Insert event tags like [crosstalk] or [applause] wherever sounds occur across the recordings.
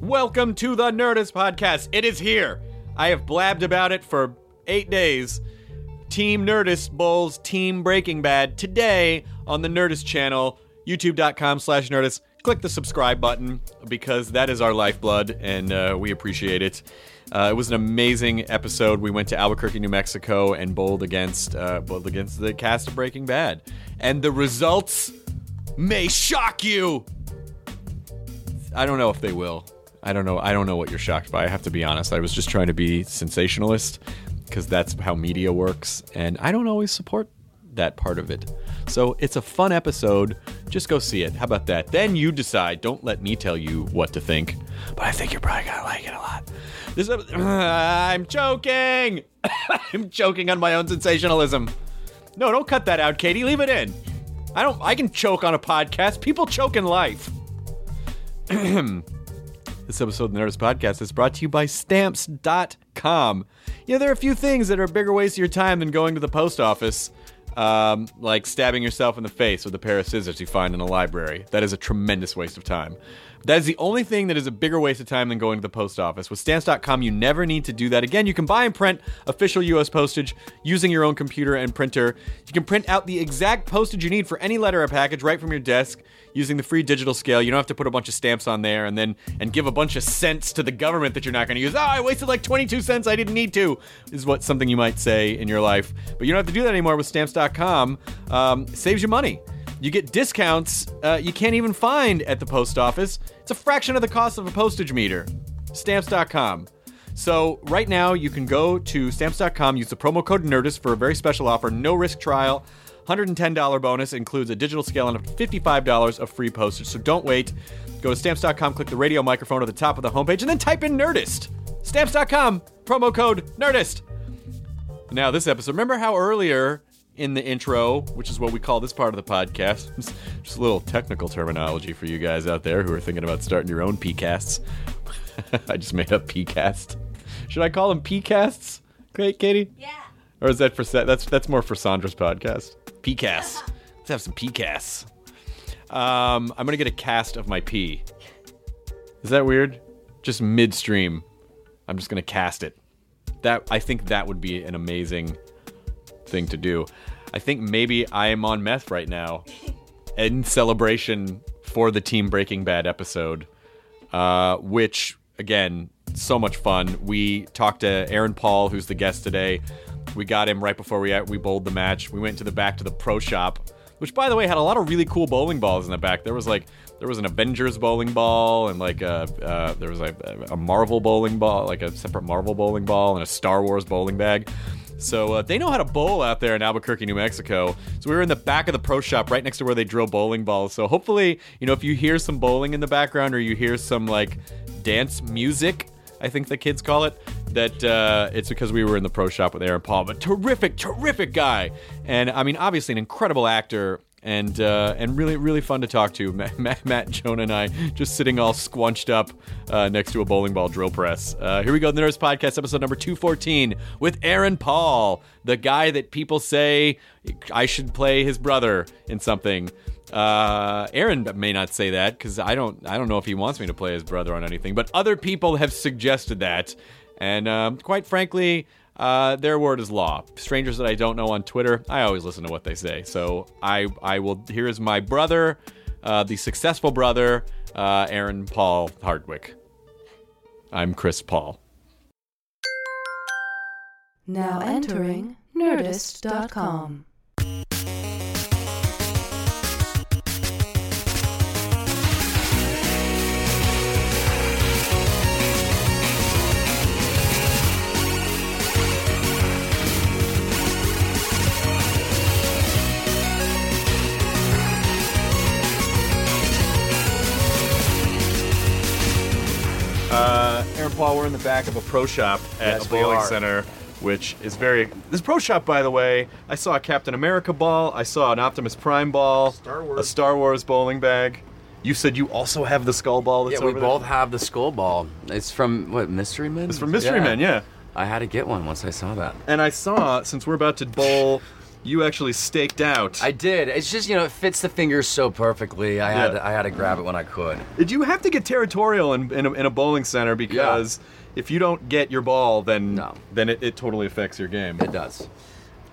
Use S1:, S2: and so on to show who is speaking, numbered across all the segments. S1: Welcome to the Nerdist Podcast. It is here. I have blabbed about it for eight days. Team Nerdist Bulls, Team Breaking Bad. Today on the Nerdist channel, youtube.com slash Nerdist. Click the subscribe button because that is our lifeblood and uh, we appreciate it. Uh, it was an amazing episode. We went to Albuquerque, New Mexico, and bowled against uh, bowled against the cast of Breaking Bad, and the results may shock you. I don't know if they will. I don't know. I don't know what you're shocked by. I have to be honest. I was just trying to be sensationalist because that's how media works, and I don't always support that part of it. So it's a fun episode. Just go see it. How about that? Then you decide. Don't let me tell you what to think. But I think you're probably gonna like it a lot. This ep- [laughs] I'm joking. [laughs] I'm joking on my own sensationalism. No, don't cut that out, Katie. Leave it in. I don't. I can choke on a podcast. People choke in life. This episode of the Nerdist Podcast is brought to you by Stamps.com. You know, there are a few things that are a bigger waste of your time than going to the post office, um, like stabbing yourself in the face with a pair of scissors you find in a library. That is a tremendous waste of time. That is the only thing that is a bigger waste of time than going to the post office. With Stamps.com, you never need to do that again. You can buy and print official U.S. postage using your own computer and printer. You can print out the exact postage you need for any letter or package right from your desk using the free digital scale. You don't have to put a bunch of stamps on there and then and give a bunch of cents to the government that you're not going to use. Oh, I wasted like 22 cents. I didn't need to. Is what something you might say in your life, but you don't have to do that anymore with stamps.com. Um, saves you money. You get discounts uh, you can't even find at the post office. It's a fraction of the cost of a postage meter. Stamps.com. So right now you can go to stamps.com, use the promo code Nerdist for a very special offer, no risk trial. $110 bonus includes a digital scale and up to $55 of free postage. So don't wait. Go to stamps.com, click the radio microphone at the top of the homepage, and then type in Nerdist. Stamps.com, promo code Nerdist. Now, this episode, remember how earlier in the intro, which is what we call this part of the podcast, [laughs] just a little technical terminology for you guys out there who are thinking about starting your own PCasts. [laughs] I just made up PCast. Should I call them PCasts? Great, Katie?
S2: Yeah.
S1: Or is that for Sa- that's that's more for Sandra's podcast? PCasts. Let's have some PCasts. Um, I'm gonna get a cast of my pee. Is that weird? Just midstream, I'm just gonna cast it. That I think that would be an amazing thing to do. I think maybe I am on meth right now in celebration for the Team Breaking Bad episode, uh, which, again, so much fun. We talked to Aaron Paul, who's the guest today. We got him right before we we bowled the match. We went to the back to the pro shop, which, by the way, had a lot of really cool bowling balls in the back. There was like there was an Avengers bowling ball, and like a, uh, there was like a Marvel bowling ball, like a separate Marvel bowling ball, and a Star Wars bowling bag. So uh, they know how to bowl out there in Albuquerque, New Mexico. So we were in the back of the pro shop, right next to where they drill bowling balls. So hopefully, you know, if you hear some bowling in the background or you hear some like dance music, I think the kids call it, that uh, it's because we were in the pro shop with Aaron Paul. But terrific, terrific guy, and I mean, obviously an incredible actor. And, uh, and really, really fun to talk to. [laughs] Matt, Matt, Matt, Jonah, and I just sitting all squunched up uh, next to a bowling ball drill press. Uh, here we go, the Nerdist Podcast, episode number 214, with Aaron Paul, the guy that people say I should play his brother in something. Uh, Aaron may not say that because I don't, I don't know if he wants me to play his brother on anything, but other people have suggested that. And um, quite frankly, uh, their word is law. Strangers that I don't know on Twitter, I always listen to what they say. So I, I will. Here is my brother, uh, the successful brother, uh, Aaron Paul Hardwick. I'm Chris Paul.
S3: Now entering Nerdist.com.
S1: Aaron Paul, we're in the back of a pro shop at
S4: Yes,
S1: a
S4: we
S1: bowling
S4: are.
S1: center, which is very. This pro shop, by the way, I saw a Captain America ball, I saw an Optimus Prime ball,
S4: Star Wars.
S1: a Star Wars bowling bag. You said you also have the skull ball. That's
S4: Yeah, we
S1: over there?
S4: both have the skull ball. It's from what Mystery Men.
S1: It's from Mystery Men, yeah.
S4: I had to get one once I saw that.
S1: And I saw, since we're about to bowl You actually staked out.
S4: I did. It's just you know it fits the fingers so perfectly. I had
S1: Yeah.
S4: to, I had to grab it when I could.
S1: you have to get territorial in, in, a, in a bowling center because if you don't get your ball, then
S4: No.
S1: then it, it totally affects your game.
S4: It does.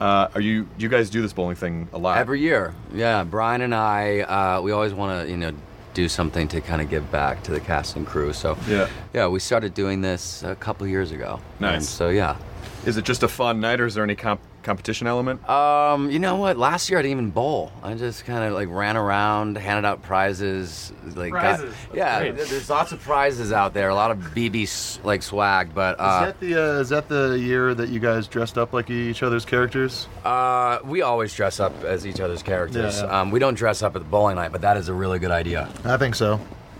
S1: Uh, are you you guys do this bowling thing a lot?
S4: Every year, yeah. Brian and I, uh, we always want to, you know, do something to kind of give back to the cast and crew. So
S1: Yeah.
S4: yeah, we started doing this a couple years ago.
S1: Nice.
S4: And so yeah,
S1: Is it just a fun night, or is there any comp- competition element?
S4: um, you know what? Last year I didn't even bowl. I just kind of like ran around, handed out prizes. Like
S5: Prizes?
S4: Got, yeah, th- there's lots of prizes out there. A lot of BB s- like swag, but
S5: Is
S4: uh,
S5: that the uh, is that the year that you guys dressed up like each other's characters?
S4: uh, we always dress up as each other's characters.
S5: Yeah, yeah.
S4: Um, we don't dress up at the bowling night, but that is a really good idea.
S5: I think so.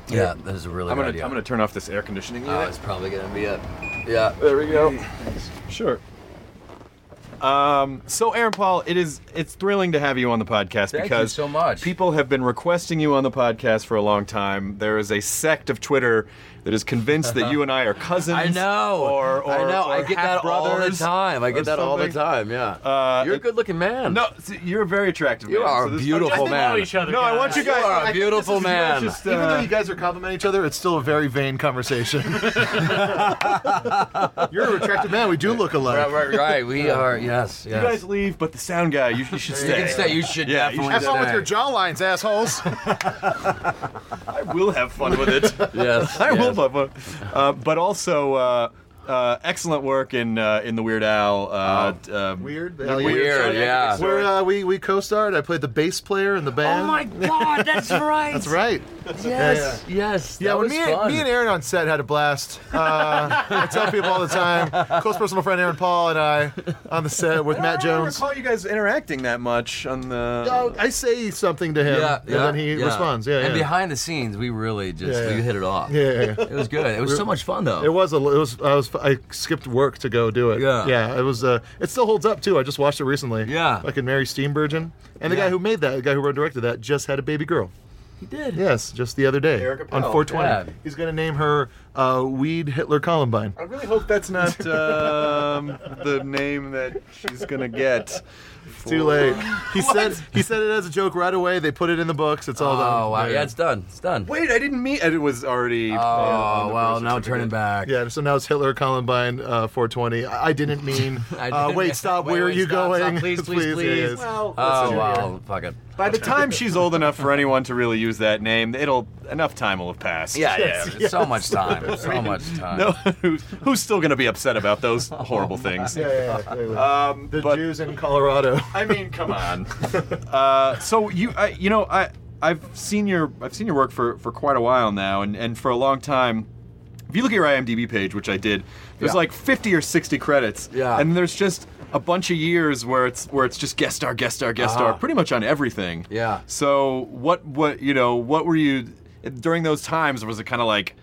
S4: Yeah, that is a really
S1: I'm
S4: good
S1: gonna
S4: idea.
S1: I'm gonna turn off this air conditioning
S4: Oh,
S1: unit.
S4: it's probably gonna be it. Yeah, there we go.
S1: Sure. Um, so Aaron Paul, it is it's thrilling to have you on the podcast
S4: Thank you
S1: because
S4: so much.
S1: people have been requesting you on the podcast for a long time. There is a sect of Twitter that is convinced that you and I are cousins.
S4: [laughs] I know.
S1: Or, or
S4: I know. I
S1: or
S4: get that all the
S1: half-brothers
S4: time. I
S1: or
S4: get that all the
S1: something.
S4: time. Yeah.
S1: Uh,
S4: You're a
S1: it-
S4: good-looking man.
S1: No, see, you're a very attractive.
S4: You
S1: man,
S4: are
S1: so this-
S4: beautiful
S1: I
S4: man.
S5: know
S1: just- No, I want you
S4: You
S1: guys.
S4: are a
S1: I think
S4: beautiful
S1: this is
S4: man.
S1: Just,
S5: Even though
S1: uh,
S5: you guys are complimenting each other, it's still a very
S4: [laughs]
S5: vain conversation. You're a attractive man. We do look alike.
S4: Right, right, right. We are. Yes, yes.
S1: you guys leave, but the sound guy, you, you should
S4: You
S1: stay.
S4: can stay. You should
S1: Yeah, you
S4: definitely
S1: should
S5: Have fun with your
S4: stay.
S5: jawlines, [laughs] assholes.
S1: I will have fun with
S4: [laughs]
S1: it.
S4: Yes,
S1: I will
S4: yes.
S1: love one. Uh, but also, uh, uh, excellent work in uh, in the Weird Al. Uh, d- um,
S5: Weird.
S4: Weird. Yeah.
S5: Where uh, we we co-starred. I played the bass player in the band.
S4: God,
S5: [laughs]
S4: that's right.
S5: Oh That's right.
S4: Yes, yes.
S5: Yeah,
S4: that
S5: when
S4: was
S5: me and,
S4: fun.
S5: me and Aaron on set had a blast. Uh, I tell people all the time. Close personal friend Aaron Paul and I on the set with Matt Jones.
S1: I don't recall you guys interacting that much on the.
S5: Oh, I say something to him,
S4: yeah,
S5: and
S4: yeah,
S5: then he
S4: yeah.
S5: responds. Yeah,
S4: And
S5: yeah.
S4: behind the scenes, we really just
S5: Yeah, yeah.
S4: we hit it off.
S5: yeah, yeah, yeah.
S4: It was good. It was so much fun though.
S5: It was a. It was. I was. I skipped work to go do it.
S4: Yeah.
S5: Yeah. It was. Uh, it still holds up too. I just watched it recently.
S4: Yeah.
S5: Fucking Mary Steenburgen, and the
S4: Yeah.
S5: guy who made that, the guy who wrote and directed that, just had a baby girl.
S4: He did.
S5: Yes, just the other day
S1: Erica
S5: on
S1: Powell.
S5: 420.
S4: Yeah.
S5: He's gonna name her uh, Weed Hitler Columbine.
S1: I really hope that's not [laughs] um, the name that she's gonna get.
S5: Too late.
S4: [laughs]
S5: He said. He said it as a joke right away. They put it in the books. It's all done.
S4: Oh wow. Yeah, it's done. It's done.
S1: Wait, I didn't mean. It was already. Oh
S4: Oh well, now turning back.
S5: Yeah, so now it's Hitler Columbine uh, 420. I
S4: [laughs]
S5: I didn't mean.
S4: I
S5: uh,
S4: didn't-
S5: wait, stop.
S4: wait,
S5: where
S4: wait,
S5: are you
S4: stop,
S5: going?
S4: stop,
S5: [laughs]
S4: please, please,
S5: yeah,
S4: please.
S5: yes.
S1: Well,
S4: Oh wow. Fuck
S5: [laughs]
S4: it.
S1: by the time she's old enough for anyone to really use that name, it'll enough time will have passed.
S4: Yeah, yeah. So much time. So
S5: [laughs]
S4: much
S1: [laughs]
S4: time.
S1: No, who's, who's still going to be upset about
S4: [laughs]
S1: those horrible things?
S5: Yeah, yeah, yeah, yeah.
S4: Uh,
S1: Um,
S5: the
S1: but-
S5: Jews in Colorado.
S1: [laughs] I mean, come on. uh, so you, I, you know, I, I've seen your, I've seen your work for, for quite a while now, and, and for a long time. If you look at your IMDb page, which I did, there's
S4: Yeah.
S1: like 50 or 60 credits,
S4: Yeah.
S1: and there's just a bunch of years where it's where it's just guest star, guest star, guest star,
S4: Uh-huh.
S1: pretty much on everything.
S4: Yeah.
S1: So what, what, you know, what were you during those times? Was it kind of like?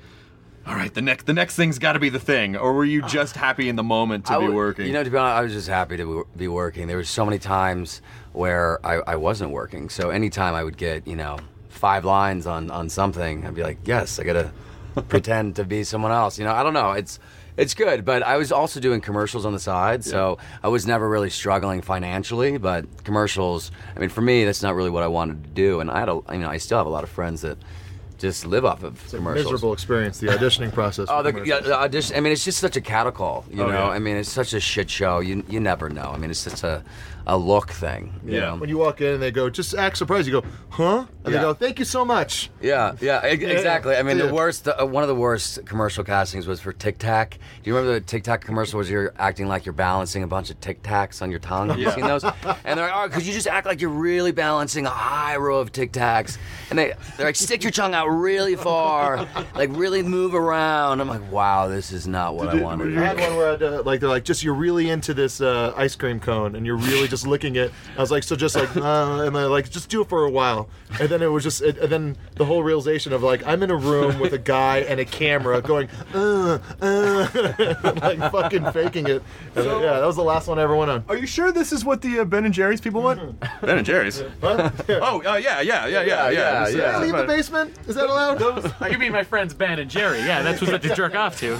S1: All right, the next the next thing's got to be the thing, or were you
S4: [sighs]
S1: just happy in the moment to
S4: I
S1: be
S4: w-
S1: working?
S4: You know, to be honest, I was just happy to w- be working. There were so many times where I, I wasn't working. So anytime I would get, you know, five lines on, on something, I'd be like, yes,
S1: [laughs]
S4: I gotta pretend to be someone else. You know, I don't know. It's it's good, but I was also doing commercials on the side, so I was never really struggling financially. But commercials, I mean, for me, that's not really what I wanted to do. And I had, a, you know, I still have a lot of friends that just live off of commercials.
S5: Miserable experience. The auditioning process.
S4: Oh,
S5: for
S4: the, yeah,
S5: commercials.
S4: the audition. I mean, it's just such a cattle call, you know.
S1: yeah.
S4: I mean, it's such a shit show. You you never know. I mean, it's just a a look thing. you
S1: Yeah.
S4: know?
S5: When you walk in and they go, just act surprised. You go, huh? And
S4: Yeah.
S5: they go, thank you so much.
S4: Yeah, yeah, e- exactly. I mean,
S5: Yeah.
S4: the worst, uh, one of the worst commercial castings was for Tic Tac. Do you remember the Tic Tac commercial was you're acting like you're balancing a bunch of Tic Tacs on your tongue? Have you seen those? And they're like, oh, could you just act like you're really balancing a high row of Tic Tacs? And they, they're like, stick your tongue out really far, like really move around. I'm like, wow, this is not what I wanted to
S5: I
S4: do.
S5: had one where I'd, uh, like they're like, just you're really into this uh, ice cream cone, and you're really just licking it. I was like, so just like, uh, and they're like, just do it for a while, and then it was just, it, and then the whole realization of like, I'm in a room with a guy and a camera going, uh, [laughs] uh, like fucking faking it. And, uh, yeah, that was the last one I ever went on.
S1: Are you sure this is what the uh, Ben and Jerry's people want? [laughs] ben and Jerry's.
S5: Huh?
S1: [laughs] Oh uh, yeah, yeah, yeah, yeah, yeah.
S4: Yeah, yeah,
S1: This is-
S4: yeah.
S5: Leave the basement. Is that that allowed?
S6: Those, you mean my friends Ben and Jerry? Yeah, that's what you jerk off to.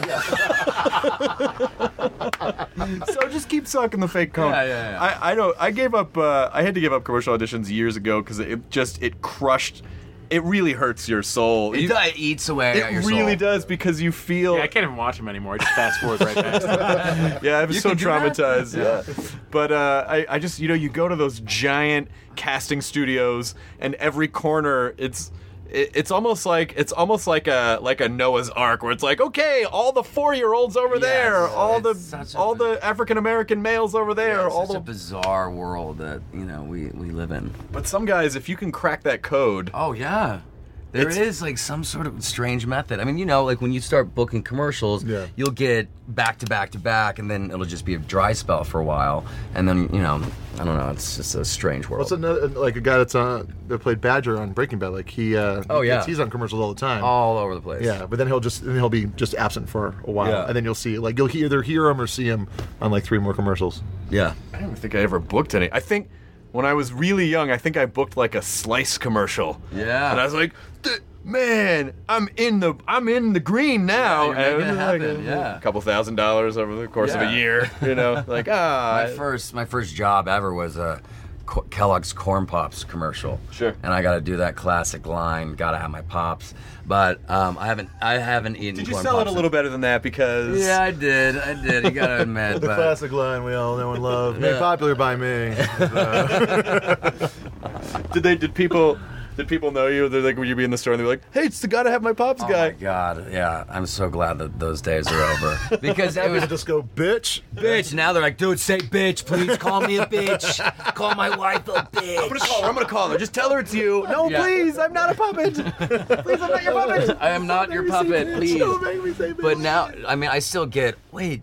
S1: so just keep sucking the fake cone.
S4: Yeah, yeah, yeah.
S1: I, I don't. I gave up. Uh, I had to give up commercial auditions years ago because it just it crushed. It really hurts your soul.
S4: It,
S1: You-
S4: does- it eats away
S1: it
S4: at your
S1: really
S4: soul.
S1: does because you feel.
S6: Yeah, I can't even watch them anymore. I just fast forward right past them.
S1: Yeah, I was so
S4: can do that?
S1: traumatized. Yeah. But uh, I, I just, you know, you go to those giant casting studios, and every corner, it's. it- It's almost like it's almost like a like a Noah's Ark where it's like okay all the four year olds over
S4: Yes,
S1: there all the
S4: it's such a-
S1: all the African American males over there
S4: It's
S1: all
S4: such a
S1: the
S4: bizarre world that you know we, we live in.
S1: but some guys if you can crack that code
S4: Oh yeah. there is
S1: It's-
S4: like some sort of strange method. I mean, you know, like when you start booking commercials,
S5: Yeah.
S4: you'll get back to back to back, and then it'll just be a dry spell for a while, and then you know, I don't know. It's just a strange world.
S5: What's another like a guy that's on that played Badger on Breaking Bad? Like he, uh,
S4: Oh,
S5: he-
S4: yeah.
S5: he's on commercials all the time.
S4: all over the place.
S5: Yeah, but then he'll just then he'll be just absent for a while,
S4: Yeah.
S5: and then you'll see like you'll he- either hear him or see him on like three more commercials.
S4: yeah.
S1: I don't think I ever booked any. I think when I was really young, I think I booked like a slice commercial.
S4: Yeah.
S1: And I was like, "Th- man, I'm in the I'm in the green now.
S4: you're making
S1: And
S4: it
S1: was
S4: happen, yeah.
S1: A couple thousand dollars over the course of
S4: Yeah.
S1: a year. You [laughs] know, like
S4: My
S1: ah.
S4: first, my first job ever was a Co- Kellogg's Corn Pops commercial.
S1: Sure.
S4: And I got to do that classic line, "Gotta have my pops." But um, I haven't, I haven't eaten.
S1: Did you
S4: corn
S1: sell it
S4: pops
S1: a
S4: in-
S1: little better than that? Because
S4: Yeah, I did. I did.
S1: [laughs]
S4: You gotta admit, but
S5: line we all know and love, made popular by
S1: [laughs]
S5: me.
S1: did they did people did people know you? They're like, would you be in the store? And they're like, hey, it's the gotta have my pops
S4: oh
S1: guy.
S4: my god, yeah, I'm so glad that those days are over because
S1: [laughs]
S4: it was
S5: just go, [laughs] bitch.
S4: bitch. Now they're like, dude, say bitch, please. Call me a bitch. Call my wife a
S1: [laughs]
S4: bitch.
S1: I'm gonna call her. I'm gonna call her. Just tell her it's you. No,
S4: Yeah.
S1: please. I'm not a [laughs] puppet. please, I'm not your puppet.
S4: I am not your puppet, please. But now, I mean, I still get, wait,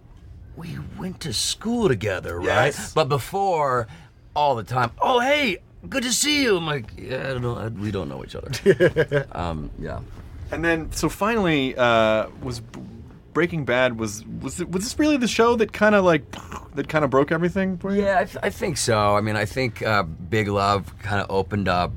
S4: we went to school together, right?
S1: Yes.
S4: But before, all the time, oh, hey, good to see you. I'm like, yeah, I don't know, I, we don't know each other. [laughs] um, yeah.
S1: And then, so finally, uh, was B- Breaking Bad was was it, was this really the show that kind of like that kind of broke everything? For you?
S4: Yeah, I, th- I think so. I mean, I think uh, Big Love kind of opened up.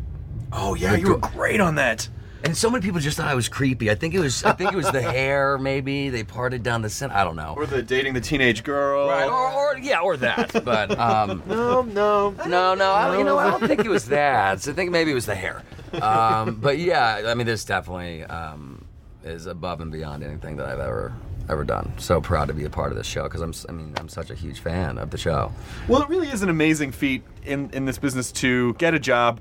S1: Oh yeah, you were great on that.
S4: And so many people just thought I was creepy. I think it was, I think it [laughs] was the hair. Maybe they parted down the center. I don't know.
S1: Or the dating the teenage girl.
S4: Right, or, or yeah, or that. But um,
S5: No, Oh, no.
S4: No, no, I, you know, I don't think it was that. I think maybe it was the hair. Um, but yeah, I mean, this definitely um, is above and beyond anything that I've ever ever done. So proud to be a part of this show because I'm, s- I mean, I'm such a huge fan of the show.
S1: Well, it really is an amazing feat in in this business to get a job,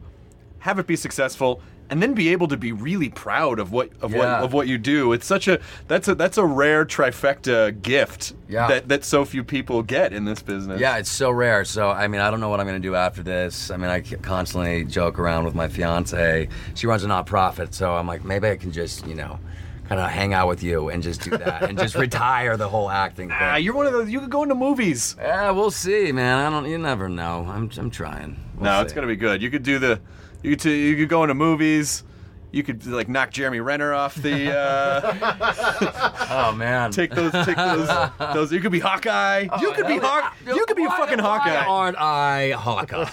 S1: have it be successful, and then be able to be really proud of what of what
S4: Yeah.
S1: of what you do. It's such a that's a that's a rare trifecta gift
S4: Yeah.
S1: that that so few people get in this business.
S4: Yeah, it's so rare. So I mean, I don't know what I'm gonna do after this. I mean, I c- constantly joke around with my fiance. She runs a nonprofit, so I'm like, maybe I can just, you know, kind of hang out with you and just do that and just retire the whole acting thing.
S1: Ah, you're one of those. You could go into movies.
S4: yeah, we'll see, man. I don't. You never know. I'm. I'm trying. We'll
S1: No,
S4: see.
S1: it's gonna be good. You could do the, you could, you could go into movies. You could like knock Jeremy Renner off the, uh,
S4: Oh man.
S1: take those, take those, those. You could be Hawkeye. you could be Hawk. You could be
S4: Why-
S1: fucking
S4: why
S1: Hawkeye.
S4: aren't I Hawkeye?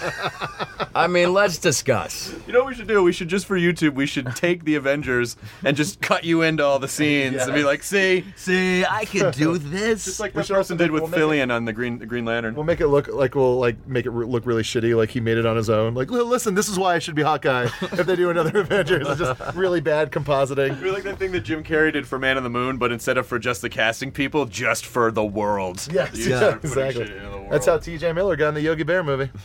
S1: [laughs]
S4: I mean, let's discuss.
S1: You know what we should do? We should just for YouTube. We should take the Avengers and just cut you into all the scenes and be like, see,
S4: See, I could do this.
S1: just like
S5: We
S1: that
S5: should
S1: person
S5: also
S1: did
S5: make-
S1: with
S5: we'll make
S1: Fillion on the Green, the Green Lantern.
S5: We'll make it look like we'll like make it re- look really shitty, like he made it on his own. Like, "Li- listen, this is why I should
S1: [laughs]
S5: be Hawkeye. If they do another [laughs] Avengers, it's just really bad compositing. [laughs]
S1: Be like that thing that Jim Carrey did for Man on the Moon, but instead of for just the casting people, just for the world.
S5: Yes,
S1: You
S5: yeah,
S1: start putting
S5: exactly.
S1: shit into the
S5: That's how
S1: world.
S5: T.J. Miller got in the Yogi Bear
S1: [laughs]
S5: movie. [laughs]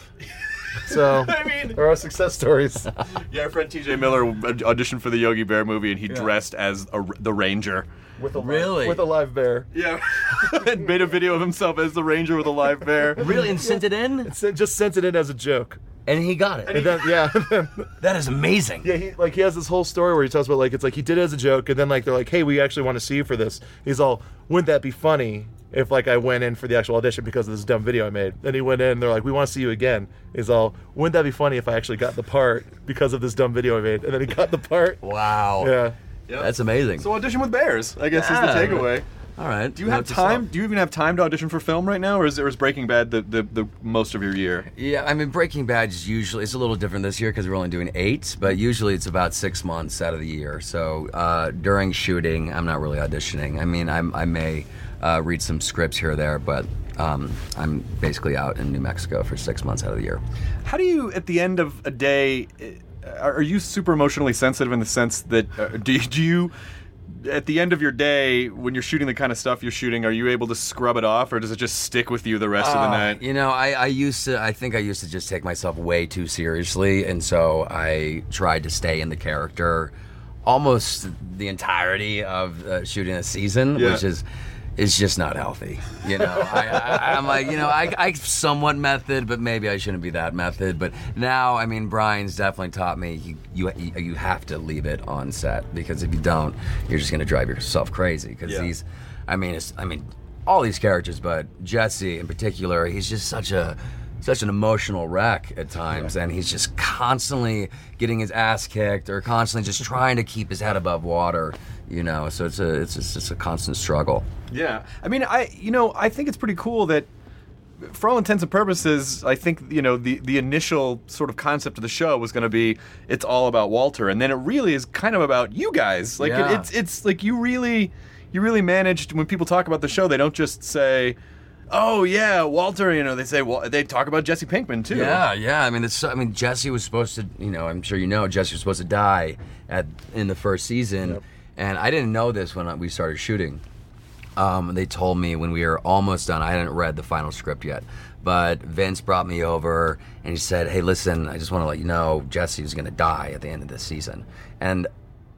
S5: So,
S1: [laughs] I mean,
S5: there are success
S1: [laughs]
S5: stories.
S1: Yeah, our friend TJ Miller aud- auditioned for the Yogi Bear movie, and he dressed as a r the Ranger.
S5: with a live,
S4: Really?
S5: with a live bear.
S1: Yeah, [laughs] and made a video of himself as the Ranger with a live bear.
S4: really and sent it in,
S5: Sent- just sent it in as a joke.
S4: and he got it.
S5: And then, yeah, [laughs] then-
S4: That is amazing.
S5: yeah. He like he has this whole story where he talks about like it's like he did it as a joke, and then like they're like, hey, we actually want to see you for this. He's all, wouldn't that be funny if like I went in for the actual audition because of this dumb video I made? Then he went in, they're like, we want to see you again. He's all, wouldn't that be funny if I actually got the part because of this dumb video I made? And then he got the part.
S4: Wow.
S5: Yeah.
S4: That's amazing.
S1: So audition with bears, I guess is
S4: Yeah.
S1: the takeaway.
S4: All right.
S1: Do you have time? Do you even have time to audition for film right now, or is, or is Breaking Bad the, the, the most of your year?
S4: Yeah, I mean, Breaking Bad is usually it's a little different this year because we're only doing eight, but usually it's about six months out of the year. So uh, during shooting, I'm not really auditioning. I mean, I'm, I may uh, read some scripts here or there, but um, I'm basically out in New Mexico for six months out of the year.
S1: How do you, at the end of a day, uh, are are you super emotionally sensitive in the sense that uh, do, do you, at the end of your day, when you're shooting the kind of stuff you're shooting, are you able to scrub it off, or does it just stick with you the rest of the night?
S4: You know, I, I used to, I think I used to just take myself way too seriously. And so I tried to stay in the character almost the entirety of uh, shooting a season,
S1: Yeah.
S4: which is. is just not healthy, you know. I, I, I'm like, you know, I, I somewhat method, but maybe I shouldn't be that method. But now, I mean, Brian's definitely taught me you you, you have to leave it on set because if you don't, you're just gonna drive yourself crazy. Because
S1: Yeah.
S4: these, I mean, it's, I mean, all these characters, but Jesse in particular, he's just such a such an emotional wreck at times, and he's just constantly getting his ass kicked or constantly just trying to keep his head above water. You know, so it's a it's just, it's a constant struggle.
S1: Yeah, I mean, I you know, I think it's pretty cool that, for all intents and purposes, I think you know the the initial sort of concept of the show was going to be it's all about Walter, and then it really is kind of about you guys. Like
S4: Yeah.
S1: it, it's it's like you really you really managed when people talk about the show, they don't just say. Oh yeah, Walter. You know they say well, they talk about Jesse Pinkman too.
S4: Yeah, yeah. I mean, it's. I mean, Jesse was supposed to. You know, I'm sure you know. Jesse was supposed to die at in the first season, and I didn't know this when we started shooting. Um, they told me when we were almost done. I hadn't read the final script yet, but Vince brought me over and he said, "Hey, listen, I just want to let you know Jesse is going to die at the end of this season," and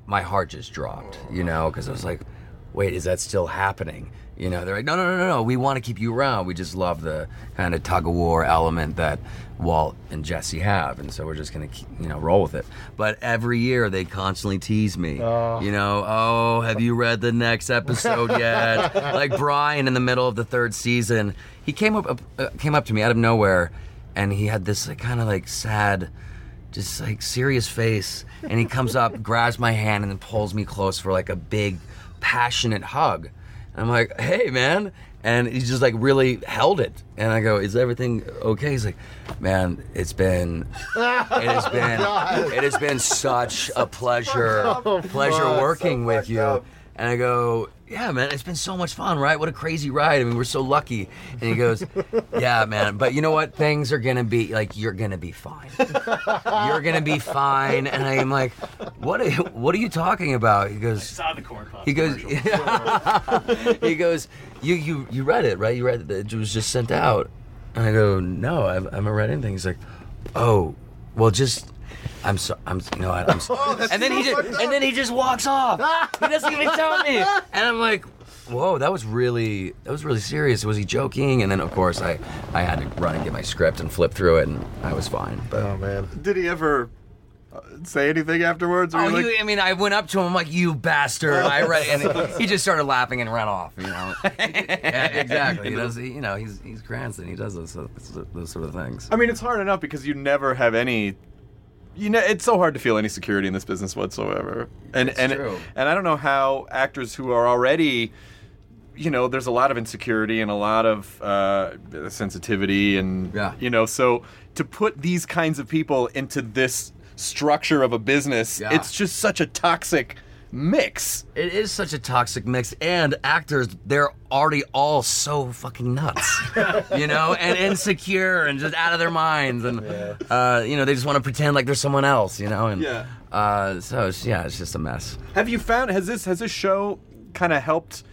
S4: my heart just dropped. You know, because I was like, "Wait, is that still happening?" You know, they're like, "No, no, no, no, no. We want to keep you around. We just love the kind of tug of war element that Walt and Jesse have, and so we're just gonna, keep, you know, roll with it." But every year they constantly tease me. You know, oh, have you read the next episode yet? like Brian in the middle of the third season, he came up uh, came up to me out of nowhere, and he had this like, kind of like sad just like serious face and he comes up grabs my hand and then pulls me close for like a big passionate hug and i'm like hey man and he just like really held it and i go is everything okay he's like man it's been it
S5: [laughs] Oh
S4: has been it has been such a pleasure pleasure
S5: fuck,
S4: working
S5: so
S4: with
S5: fucked
S4: you
S5: up.
S4: and I go, yeah, man, it's been so much fun, right? What a crazy ride. I mean, we're so lucky. And he goes, yeah, man, but you know what? Things are going to be like, you're going to be fine. You're going to be fine. And I'm like, what are, what are you talking about? He goes,
S6: Saw the corn pops.
S4: he goes,
S6: commercial.
S4: [laughs] he goes, you, you, you read it, right? You read it. It was just sent out. And I go, no, I, I haven't read anything. He's like, oh, well, just, I'm so, I'm, no, I, I'm sorry. and then he just, and then he just walks off. he doesn't even tell me. And I'm like, whoa, that was really, that was really serious. Was he joking? And then of course I, I had to run and get my script and flip through it, and I was fine. But
S5: Oh man.
S1: Did he ever uh, say anything afterwards? Or
S4: Oh,
S1: you like,
S4: you, I mean, I went up to him, I'm like, you bastard. I read and he just started laughing and ran off, you know. yeah, exactly. He does, you know, he's, he's Cranston. He does those, those sort of things.
S1: I mean, it's hard enough because you never have any. You know, it's so hard to feel any security in this business whatsoever. And
S4: It's
S1: and
S4: true.
S1: and I don't know how actors who are already, you know, there's a lot of insecurity and a lot of uh, sensitivity and
S4: Yeah.
S1: you know, so to put these kinds of people into this structure of a business,
S4: Yeah.
S1: it's just such a toxic mix.
S4: It is such a toxic mix, and actors, they're already all so fucking nuts, you know, and insecure and just out of their minds. And, uh, you know, they just want to pretend like they're someone else, you know? And,
S1: Yeah.
S4: Uh, so, it's, yeah, it's just a mess.
S1: Have you found has this has this show kind of helped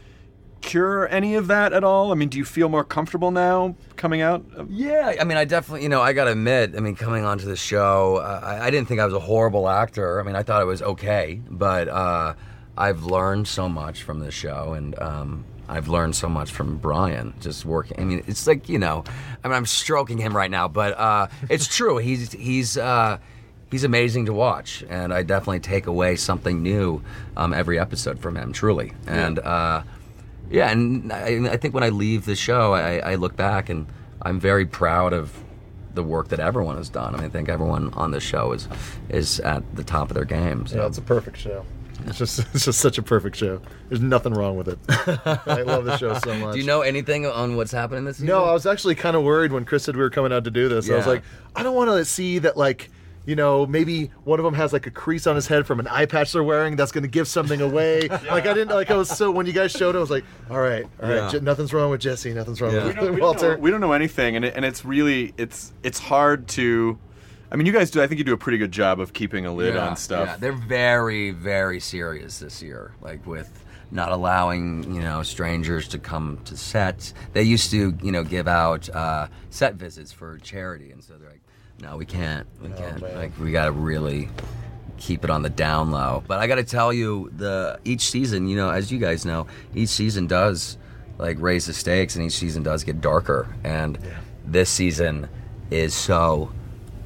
S1: cure any of that at all? I mean, do you feel more comfortable now coming out? of-
S4: Yeah, I mean, I definitely, you know, I gotta admit, I mean, coming onto the show, uh, I, I didn't think I was a horrible actor. I mean, I thought I was okay, but uh, I've learned so much from this show, and um, I've learned so much from Brian just working. I mean, it's like, you know, I mean, I'm stroking him right now, but uh, it's true. He's he's uh, he's amazing to watch, and I definitely take away something new um, every episode from him, truly, and. Uh, yeah, and I, I think when I leave the show, I, I look back and I'm very proud of the work that everyone has done. I mean, I think everyone on the show is is at the top of their game. So
S5: Yeah, it's a perfect show. It's just [laughs] it's just such a perfect show. There's nothing
S4: [laughs]
S5: wrong with it. I love the show so much.
S4: Do you know anything on what's happening this season?
S5: No, I was actually kind of worried when Chris said we were coming out to do this. I was
S4: Yeah.
S5: like, I don't want to see that, like, you know, maybe one of them has like a crease on his head from an eye patch they're wearing that's going to give something away. Like, I didn't, like, I was so, when you guys showed, I was like, all right, all right,
S4: Yeah.
S5: Je- nothing's wrong with Jesse, nothing's wrong
S4: Yeah.
S1: [laughs] We
S5: with
S1: don't- we don't know-
S5: Walter.
S1: we don't know anything, and it, and it's really it's it's hard to. I mean, you guys do. I think you do a pretty good job of keeping a lid on stuff.
S4: Yeah, they're very, very serious this year. Like with not allowing you know strangers to come to sets. They used to you know give out uh, set visits for charity, and so they're like, no, we can't,
S5: Oh,
S4: we can't. Like we gotta really keep it on the down low. But I gotta tell you, the each season, you know, as you guys know, each season does like raise the stakes, and each season does get darker. And this season is so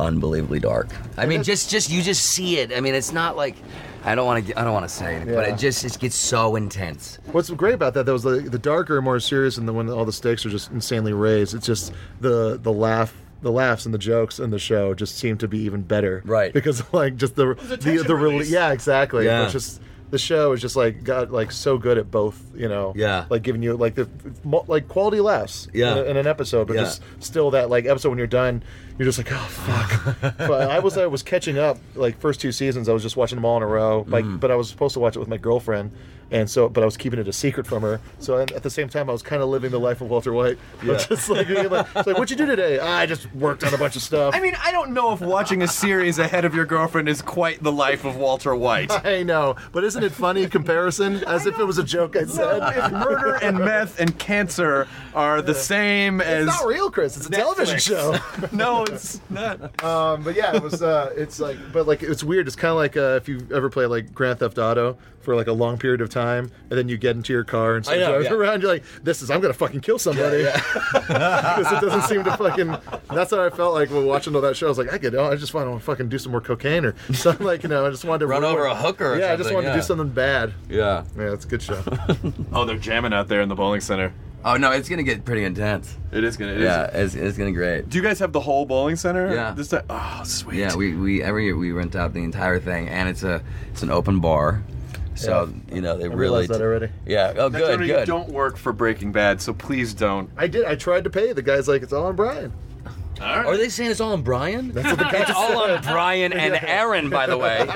S4: unbelievably dark. I mean, just just you just see it. I mean, it's not like I don't want to I don't want to say it, but
S5: Yeah.
S4: it just it gets so intense.
S5: What's great about that, though, is the, the darker and more serious, and the when all the stakes are just insanely raised, it's just the, the laugh. The laughs and the jokes in the show just seem to be even better,
S4: Right.
S5: Because [laughs] like just the the the rele- yeah, exactly.
S4: Yeah.
S5: It's just the show is just like got like so good at both, you know.
S4: Yeah.
S5: Like giving you like the mo- like quality laughs,
S4: Yeah.
S5: in, a- in an episode, but
S4: Yeah.
S5: just still that like episode when you're done, you're just like
S4: [laughs]
S5: oh fuck. but I was I was catching up like first two seasons, I was just watching them all in a row. Like, but I was supposed to watch it with my girlfriend. And so, but I was keeping it a secret from her. So and at the same time, I was kind of living the life of Walter White. Yeah. Just like, being like, it's like, what'd you do today? "Ah, I just worked on a bunch of stuff.
S1: I mean, I don't know if watching a series ahead of your girlfriend is quite the life of Walter [laughs] White.
S5: [laughs] I know, but isn't it funny in comparison? As if it was a joke I said.
S1: if murder and meth and cancer are the same as
S5: It's not real, Chris. It's a television show.
S1: [laughs] no, it's not.
S5: Um, but yeah, it was. Uh, it's like, but like, it's weird. It's kind of like uh, if you ever play like Grand Theft Auto for like a long period of time, and then you get into your car and start
S4: know,
S5: driving
S4: yeah.
S5: around. You're like, this is. I'm gonna fucking kill somebody. [laughs]
S4: [laughs]
S5: Because it doesn't seem to fucking. That's how I felt like when watching all that show. I was like, I could. Oh, I just want to fucking do some more cocaine or [laughs] something. Like, you know, I just wanted to
S4: Run
S5: ruin-
S4: over a hooker or
S5: yeah, I just
S4: something,
S5: wanted to
S4: yeah.
S5: do something bad.
S4: Yeah.
S5: Yeah, it's a
S4: [laughs]
S5: good show.
S1: Oh, they're jamming out there in the bowling center.
S4: Oh no, it's gonna get pretty intense.
S1: It is gonna. it is-
S4: Yeah, it's, it's gonna great.
S1: Do you guys have the whole bowling center?
S4: Yeah.
S1: This time. Oh, sweet.
S4: Yeah, we, we every year we rent out the entire thing, and it's a it's an open bar, so you know they
S5: I
S4: really
S5: realized that already.
S4: yeah. Oh,
S1: That
S4: good,
S1: gentleman, you
S4: good.
S1: don't work for Breaking Bad, so please don't.
S5: I did. I tried to pay. The guy's like, it's all on Brian.
S4: Are they saying it's all on Brian?
S5: That's what the
S4: [laughs]
S5: guy
S4: It's all
S5: [laughs]
S4: on Brian and Aaron, by the way.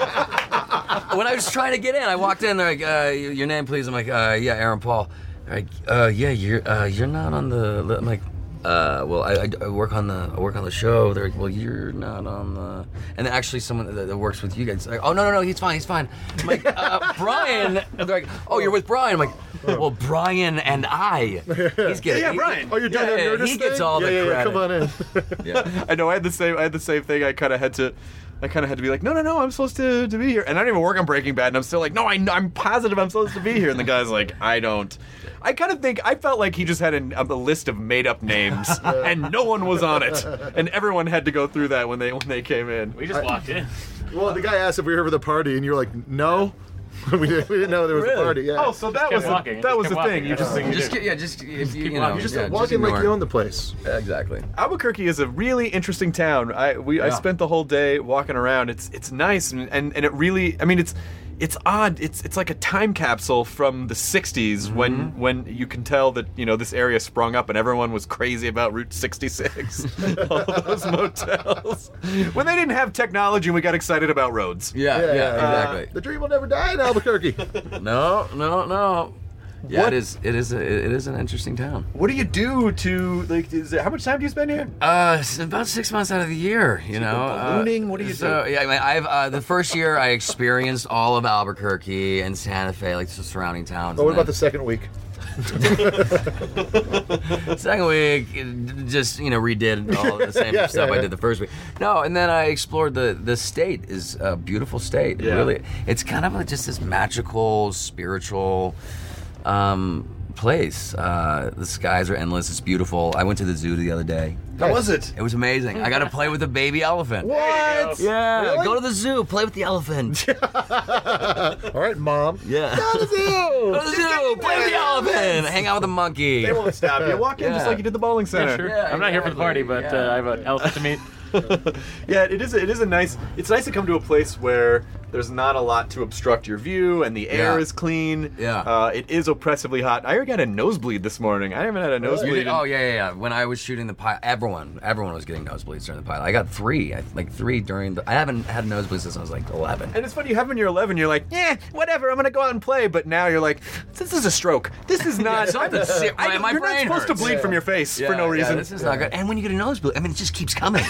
S4: when I was trying to get in, I walked in. They're like, uh, y- "Your name, please." I'm like, uh, "Yeah, Aaron Paul." They're like, uh, "Yeah, you're uh, you're not on the." li-" I'm like, uh, "Well, I, I- I work on the I work on the show." They're like, "Well, you're not on the." And then actually, someone that, that works with you guys. Like, oh no, no, no, he's fine, he's fine. I'm like,
S5: [laughs]
S4: uh, "Brian." They're like, "Oh, you're with Brian." I'm like. Well, Brian and I. He's getting
S1: Yeah, Brian.
S5: Oh, you're doing
S4: Yeah,
S5: that
S4: yeah,
S5: Nerdist
S4: he gets
S5: thing?
S4: all
S5: yeah,
S4: the
S5: yeah, yeah,
S4: credit.
S5: Come on in.
S1: I know. I had the same. I had the same thing. I kind of had to. I kind of had to be like, no, no, no, I'm supposed to, to be here, and I don't even work on Breaking Bad, and I'm still like, no, I, I'm positive I'm supposed to be here, and the guy's like, I don't. I kind of think I felt like he just had an, a list of made up names, and no one was on it, and everyone had to go through that when they when they came in.
S6: We just walked in.
S5: Well, the guy asked if we were here for the party, and you're like, no. [laughs] we, didn't, we didn't know there was a party. Yeah.
S1: Oh, so that
S6: kept
S1: was
S6: walking,
S1: the,
S6: just
S1: that was
S6: kept
S1: the thing.
S6: walking.
S1: You just think
S4: Just get- yeah, just if you, you
S6: keep
S4: know,
S6: walking. You
S5: just
S4: yeah,
S5: walk in like you
S4: ignore
S5: own the place.
S4: it. Exactly.
S1: Albuquerque is a really interesting town. I we I
S4: Yeah.
S1: spent the whole day walking around. It's it's nice and, and and it really I mean it's it's odd. It's it's like a time capsule from the 60s when when you can tell that, you know, this area sprung up and everyone was crazy about Route 66. [laughs] all those motels. When they didn't have technology and we got excited about roads.
S4: Yeah, yeah,
S5: uh,
S4: exactly.
S5: the dream will never die in Albuquerque.
S4: no, no, no. Yeah,
S1: What-
S4: it is. It is. A, it is an interesting town.
S1: What do you do to like is it, how much time do you spend here?
S4: Uh, it's about six months out of the year, you know. uh,
S1: ballooning? What do you
S4: so, Yeah, I mean, I've uh, the first year I experienced all of Albuquerque and Santa Fe, like the surrounding towns.
S5: but what
S4: and
S5: about the
S4: then
S5: second week?
S4: second week? it Just you know, redid all of the same
S5: [laughs] Yeah,
S4: stuff
S5: yeah,
S4: I
S5: yeah.
S4: did the first week. No, and then I explored the the state is a beautiful state. It
S1: Yeah.
S4: Really, it's kind of like just this magical, spiritual. um place uh the skies are endless it's beautiful i went to the zoo the other day
S1: How was it?
S4: It was amazing. I got to play with a baby elephant.
S5: What?
S4: Yeah.
S5: Really?
S4: Go to the zoo, play with the
S5: [laughs]
S4: elephant.
S5: All right, mom.
S4: yeah.
S5: Go to the zoo.
S4: Go to the zoo, play with the elephant, hang out with the monkey.
S1: They won't stop you. Walk in just
S4: Yeah.
S1: like you did the bowling center.
S6: Sure. I'm not here for the
S4: exactly,
S6: party, but
S4: yeah.
S6: uh, I have an elephant to meet.
S1: [laughs] yeah, it is. It is a nice. It's nice to come to a place where There's not a lot to obstruct your view, and the air
S4: Yeah.
S1: is clean.
S4: Yeah.
S1: Uh, it is oppressively hot. I already got a nosebleed this morning. I haven't had a
S4: You
S1: nosebleed.
S4: did-
S1: in-
S4: oh yeah, yeah, yeah. When I was shooting the pilot, everyone, everyone was getting nosebleeds during the pilot. I got three, I, like three during the. I haven't had nosebleeds since I was like eleven.
S1: And it's funny, you have when you're 11, you're like, yeah, whatever, I'm gonna go out and play. But now you're like, this is a stroke. This
S4: [laughs]
S1: is not.
S4: something's sick.
S1: [laughs] I
S4: My-
S1: don't-
S4: my
S1: you're
S4: brain
S1: not supposed
S4: hurts.
S1: to bleed
S4: Yeah.
S1: from your face for
S4: Yeah,
S1: no
S4: yeah,
S1: reason.
S4: this is not good. And when you get a nosebleed, I mean, it just keeps
S1: [laughs]
S4: coming.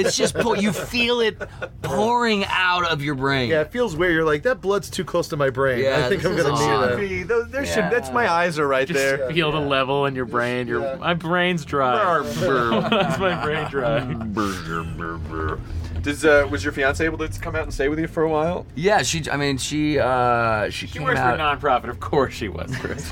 S4: it's just pour- you feel it pouring out of your brain.
S5: Yeah, it feels weird. You're like that blood's too close to my brain.
S4: Yeah,
S5: I think
S4: this
S5: I'm
S4: is
S5: gonna
S4: odd.
S1: [laughs]
S5: need that.
S1: Coffee, tho- there should-
S4: Yeah. uh,
S1: that's my eyes are right
S6: Just
S1: there.
S6: feel the level in your brain. Your my brain's dry. [laughs] It's my brain dry.
S1: Mm, Does uh, was your fiance able to come out and stay with you for a while?
S4: Yeah, she. I mean, she. Uh, she,
S6: She
S4: came
S6: works for a
S4: out.
S6: nonprofit. Of course she was, Chris.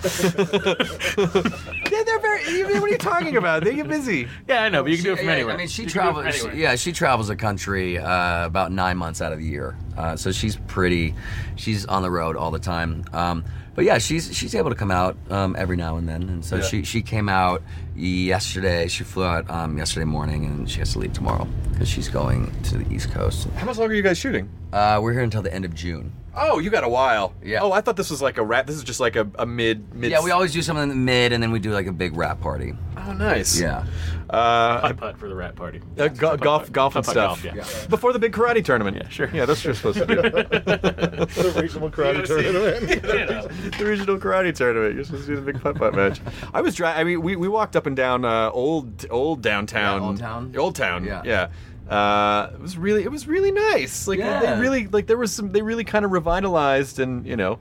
S1: Yeah, they're very. What are you talking about? They get busy.
S6: yeah, I know, but you can do it
S4: Yeah,
S6: from
S4: yeah,
S6: anywhere.
S4: I mean, she
S6: You can do it from
S4: travels.
S6: anywhere.
S4: she- yeah, she travels the country uh, about nine months out of the year, uh, so she's pretty. She's on the road all the time. Um, but yeah, she's she's able to come out um, every now and then, and so she she came out yesterday. She flew out um, yesterday morning, and she has to leave tomorrow because she's going to the East Coast.
S1: How much longer are you guys shooting?
S4: Uh, we're here until the end of June.
S1: Oh, you got a while.
S4: Yeah.
S1: Oh, I thought this was like a rat. This is just like a, a mid mid.
S4: Yeah, we always do something in the mid, and then we do like a big rap party.
S1: Oh, nice.
S4: Yeah.
S1: Uh,
S6: putt putt for the rat party.
S1: uh, go- golf, golf and
S6: Putt-putt
S1: stuff.
S6: golf, yeah.
S1: Before the big karate tournament. Yeah, sure. Yeah, that's what you're supposed [laughs] to do.
S5: The regional karate tournament. [laughs]
S6: [laughs]
S1: the regional karate tournament. You're supposed to do the big putt putt match. I was dry. I mean, we, we walked up and down uh, old old downtown,
S4: Yeah, Old Town.
S1: old town.
S4: Yeah.
S1: yeah. Uh, it was really it was really nice. Like
S4: Yeah.
S1: they really like there was some they really kind of revitalized and you know,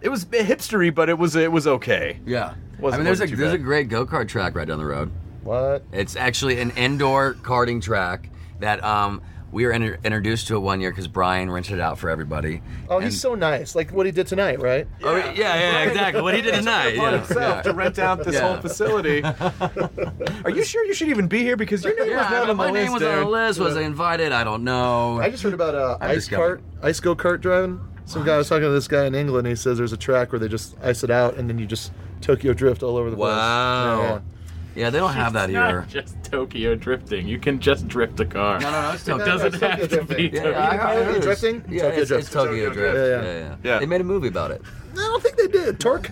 S1: it was hipstery, but it was it was okay.
S4: Yeah. I
S1: Wasn't-
S4: mean, there's a
S1: wasn't too
S4: there's a
S1: bad.
S4: great go kart track right down the road.
S5: what?
S4: It's actually an indoor karting track that um, we were inter- introduced to it one year because Brian rented it out for everybody.
S5: Oh, he's so nice. Like what he did tonight, right?
S4: Oh, yeah, yeah, exactly. What he did tonight.
S1: Upon
S4: Yeah.
S1: himself to rent out this
S4: Yeah.
S1: whole
S4: [laughs]
S1: facility. Are you sure you should even be here? Because your name was
S4: Yeah,
S1: not on the
S4: my
S1: list.
S4: name was on
S1: Darren.
S4: the list. Was I invited? I don't know.
S5: I just heard about uh,
S4: I
S5: ice
S4: discovered-
S5: cart, ice go kart driving. Some guy I was talking to this guy in England. And he says there's a track where they just ice it out, and then you just Tokyo drift all over the place.
S4: Wow.
S5: Yeah.
S4: yeah, they don't have that
S6: it's
S4: here.
S6: Not just Tokyo drifting. You can just drift a car.
S4: No, no, no. It's
S6: It
S4: Tokyo.
S6: doesn't
S5: Tokyo
S6: have to be
S5: drifting.
S4: Yeah,
S6: Tokyo.
S4: I- I heard
S5: Tokyo
S4: it was-
S5: drifting?
S4: Yeah,
S5: Tokyo
S4: it's, it's
S5: drift.
S4: Tokyo Drift.
S5: drift.
S4: Yeah
S5: Yeah,
S4: yeah.
S1: Yeah.
S4: They made a movie about it.
S5: I don't think they did. Torque.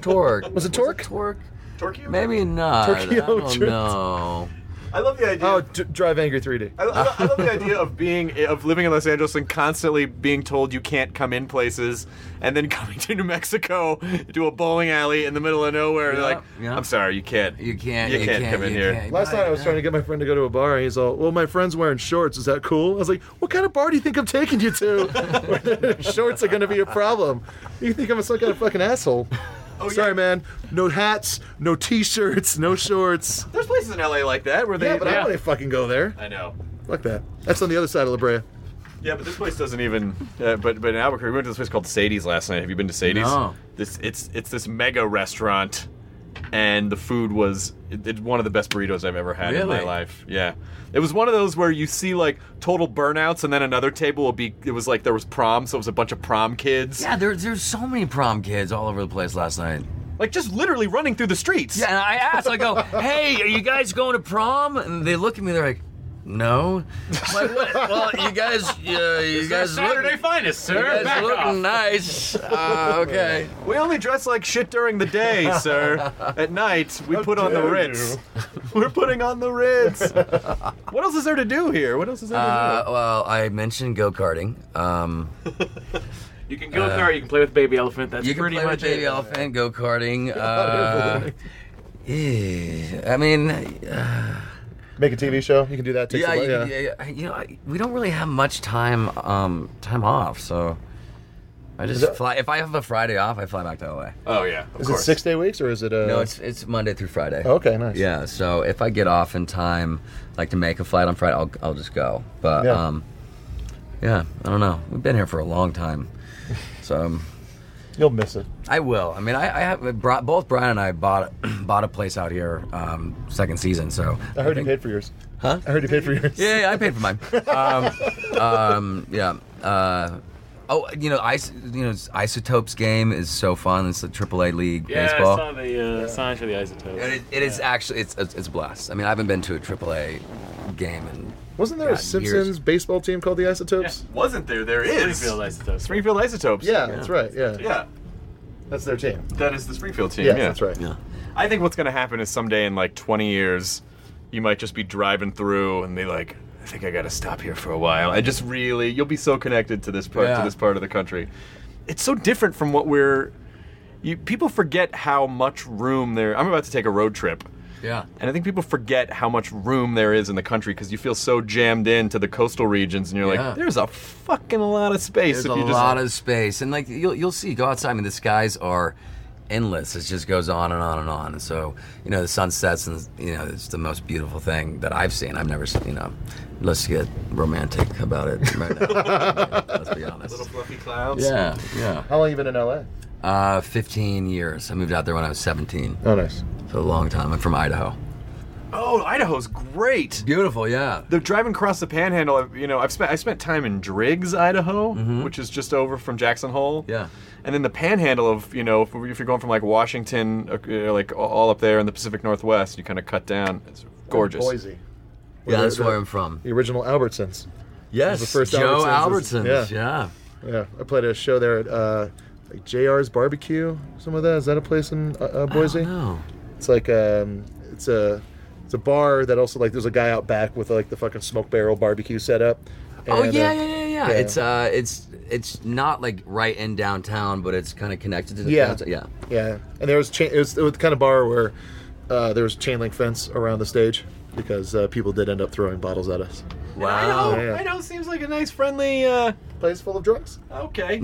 S4: Torque.
S5: Was it Torque?
S4: Torque.
S1: Tokyo?
S4: Maybe not.
S5: Tokyo
S4: I don't
S5: Drift.
S4: know.
S1: I love the idea.
S5: Oh,
S1: of-
S5: d- Drive Angry 3D.
S1: I, I, I love [laughs] the idea of being of living in Los Angeles and constantly being told you can't come in places, and then [laughs] coming to New Mexico to a bowling alley in the middle of nowhere. and they're
S4: Yeah,
S1: like,
S4: yeah.
S1: I'm sorry, you can't.
S4: You can't.
S1: You, can't,
S4: can't
S1: come in
S4: you
S1: here.
S4: can't.
S5: Last night I was trying to get my friend to go to a bar, and he's all, "Well, my friend's wearing shorts. Is that cool?" I was like, "What kind of bar do you think I'm taking you to? Where shorts are going to [laughs] be a problem? You think I'm some kind of fucking asshole?"
S1: Oh,
S5: Sorry, man. No hats, no t-shirts, no shorts.
S1: There's places in LA like that where they.
S5: Yeah, but I
S6: Yeah.
S5: don't want to fucking go there.
S1: I know.
S5: Fuck that. That's on the other side of La Brea.
S1: Yeah, but this place doesn't even. Uh, but but in Albuquerque, we went to this place called Sadie's last night. Have you been to Sadie's?
S4: No.
S1: This it's it's this mega restaurant, and the food was it, it's one of the best burritos I've ever had in my
S4: Really?
S1: life. Yeah, it was one of those where you see like total burnouts, and then another table will be. It was like there was prom, so it was a bunch of prom kids,
S4: Yeah, there, there's so many prom kids all over the place last night.
S1: like just literally running through the streets.
S4: Yeah, and I asked, I go, hey, are you guys going to prom? And they look at me, they're like, no. I'm like, what? Well, you guys, uh, you guys
S6: Saturday
S4: look,
S6: finest,
S4: you
S6: sir.
S4: guys
S6: Back
S4: look
S6: off.
S4: nice. Uh,
S6: [laughs]
S4: okay.
S1: We only dress like shit during the
S4: [laughs]
S1: day, sir. At night, we put on the
S5: dare
S1: Ritz. [laughs] We're putting on the Ritz. what else is there to do here? What else is there to do?
S4: Uh, well, I mentioned go karting. Um,
S6: You can go car. You can play with baby elephant. That's
S4: you can
S6: pretty
S4: play
S6: much
S4: with baby
S6: it.
S4: elephant, go
S6: [laughs]
S4: karting. Uh, eh, I mean, uh,
S5: Make a TV show. You can do that. Takes
S4: yeah,
S5: a lot,
S4: you, yeah, yeah, you know, I, we don't really have much time um, time off, so I just fly. If I have a Friday off, I fly back to LA.
S1: Oh yeah, of
S5: Is it
S1: course.
S5: six day weeks or is it? Uh, Oh,
S4: No, it's it's Monday through Friday.
S5: okay. Nice.
S4: Yeah, so if I get off in time, like to make a flight on Friday, I'll, I'll just go. But
S5: Yeah.
S4: um, yeah, I don't know. We've been here for a long
S5: [laughs]
S4: time, so um,
S5: You'll miss it.
S4: I will. I mean, I, I have brought, both Brian and I bought bought a place out here um, second season. So
S5: I heard you paid for yours.
S4: Huh?
S5: I heard you paid for yours.
S4: Yeah, yeah, I paid for mine. Um, um, yeah. Uh, oh, you know, Is- you know, Isotopes game is so fun. It's the AAA league
S6: Yeah,
S4: baseball.
S6: I saw the uh, sign for the isotope.
S4: And it, it is actually it's, it's it's a blast. I mean, I haven't been to a AAA game. And
S5: Wasn't there a
S4: God,
S5: Simpsons
S4: years.
S5: baseball team called the Isotopes?
S1: Wasn't there? There is.
S6: Springfield isotopes.
S1: Springfield Isotopes.
S5: Yeah, that's right. Yeah.
S1: Yeah.
S5: that's their team.
S1: That is the Springfield team.
S5: Yes,
S1: yeah,
S5: that's right.
S1: I think what's gonna happen is someday in like 20 years, you might just be driving through and be like, I think I gotta stop here for a while. And just really, you'll be so connected to this part
S4: Yeah.
S1: to this part of the country. It's so different from what we're. You, people forget how much room there. I'm about to take a road trip.
S4: yeah,
S1: And I think people forget how much room there is in the country because you feel so jammed into the coastal regions, and you're
S4: Yeah.
S1: like, "There's a fucking lot of space."
S4: there's
S1: if
S4: a
S1: you just,
S4: lot of space, and like you'll you'll see, go outside. I mean, the skies are endless. It just goes on and on and on. And so you know, the sun sets, and you know, it's the most beautiful thing that I've seen. I've never seen. You know, let's get romantic about it. Right
S1: [laughs]
S4: now. let's be honest.
S1: fluffy clouds.
S6: Yeah, yeah.
S5: How long you been in LA?
S4: Uh, 15 years. I moved out there when I was 17.
S5: Oh, nice.
S4: For a long time. I'm from Idaho.
S1: Oh, Idaho's great.
S4: Beautiful, yeah.
S1: The driving across the Panhandle, I've- you know, I've spent I spent time in Driggs, Idaho, which is just over from Jackson Hole.
S4: Mm-hmm. Yeah.
S1: And then the Panhandle of you know, if, if you're going from like Washington, uh, uh, like all up there in the Pacific Northwest, you kind of cut down. It's gorgeous.
S5: Boise.
S4: Yeah,
S5: the-
S4: that's where
S5: the-
S4: I'm from.
S5: The original Albertsons.
S4: Yes,
S5: the first
S4: Joe
S5: Albertsons
S4: Albertsons.
S5: is-
S4: yeah.
S5: Yeah, I played a show there at uh, like JR's Barbecue. Some of that is that a place in uh, uh, Boise?
S4: No.
S5: It's like um, it's a it's a bar that also like there's a guy out back with like the fucking smoke barrel barbecue set up.
S4: Oh
S5: And,
S4: yeah,
S5: uh,
S4: yeah, yeah, yeah.
S5: yeah.
S4: It's uh, it's it's not like right in downtown, but it's kind of connected to the
S5: Yeah.
S4: downtown. Yeah.
S5: yeah. And there was cha- it was, it was the kind of bar where uh, there was chain link fence around the stage because uh, people did end up throwing bottles at us.
S1: Idaho,
S5: Yeah.
S1: Idaho seems like a nice, friendly. Uh,
S5: Place full of drunks.
S1: okay.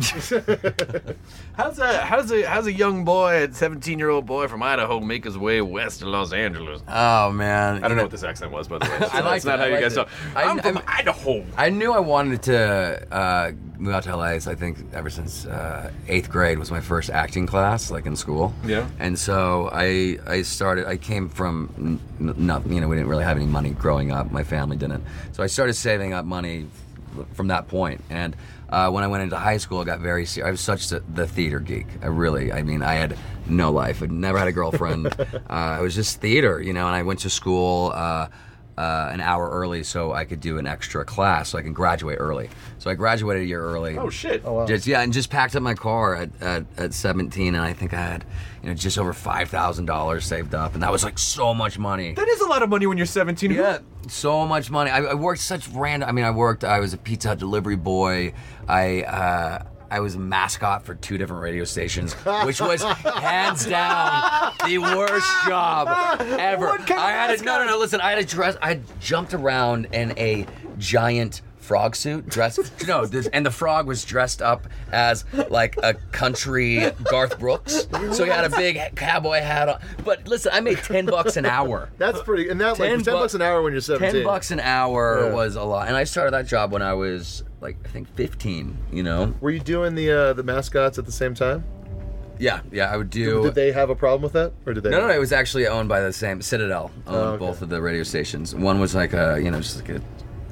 S1: [laughs] how's a how's a how's a young boy, a 17 year old boy from Idaho, make his way west to Los Angeles?
S4: Oh man.
S1: I don't know what this accent was, [laughs] by the way. That's,
S4: liked
S1: not
S4: it, I
S1: how you
S4: liked
S1: guys
S4: it.
S1: talk.
S4: I-
S1: I'm from
S4: I'm-
S1: Idaho.
S4: I knew I wanted to uh, move out to LA. So I think ever since uh, eighth grade was my first acting class, like in school.
S1: Yeah.
S4: And so I I started. I came from n- n- not you know we didn't really have any money growing up. My family didn't. So I started saving up money from that point. And uh, when I went into high school, I got very serious. I was such the, the theater geek. I really, I mean, I had no life. I'd never had a girlfriend. uh, I was just theater, you know. And I went to school. Uh, uh, an hour early so I could do an extra class so I can graduate early. So I graduated a year early.
S1: Oh shit.
S4: Just yeah, and just packed up my car at, at, at 17, and I think I had you know just over five thousand dollars saved up, and that was like so much money.
S1: That is a lot of money when you're 17. Who-
S4: Yeah, so much money. I, I worked such random. I mean, I worked. I was a pizza Hut delivery boy. I uh, I was a mascot for two different radio stations,
S1: [laughs]
S4: which was hands down the worst job ever.
S1: What kind of
S4: I had a, no, no, no. Listen, I had a dress. I jumped around in a giant frog suit dressed no this, and the frog was dressed up as like a country garth brooks so he had a big cowboy hat on but listen i made 10 bucks an hour
S5: That's pretty. And that like ten
S4: Ten bu-
S5: bucks an hour when you're seventeen.
S4: 10 bucks an hour
S5: Yeah.
S4: was a lot. And I started that job when I was like I think 15, you know.
S5: Were you doing the uh, the mascots at the same time?
S4: Yeah, yeah, I would do
S5: Did they have a problem with that, or did they?
S4: No, no, no, it was actually owned by the same Citadel owned
S5: okay.
S4: both of the radio stations. One was like a, you know, just like a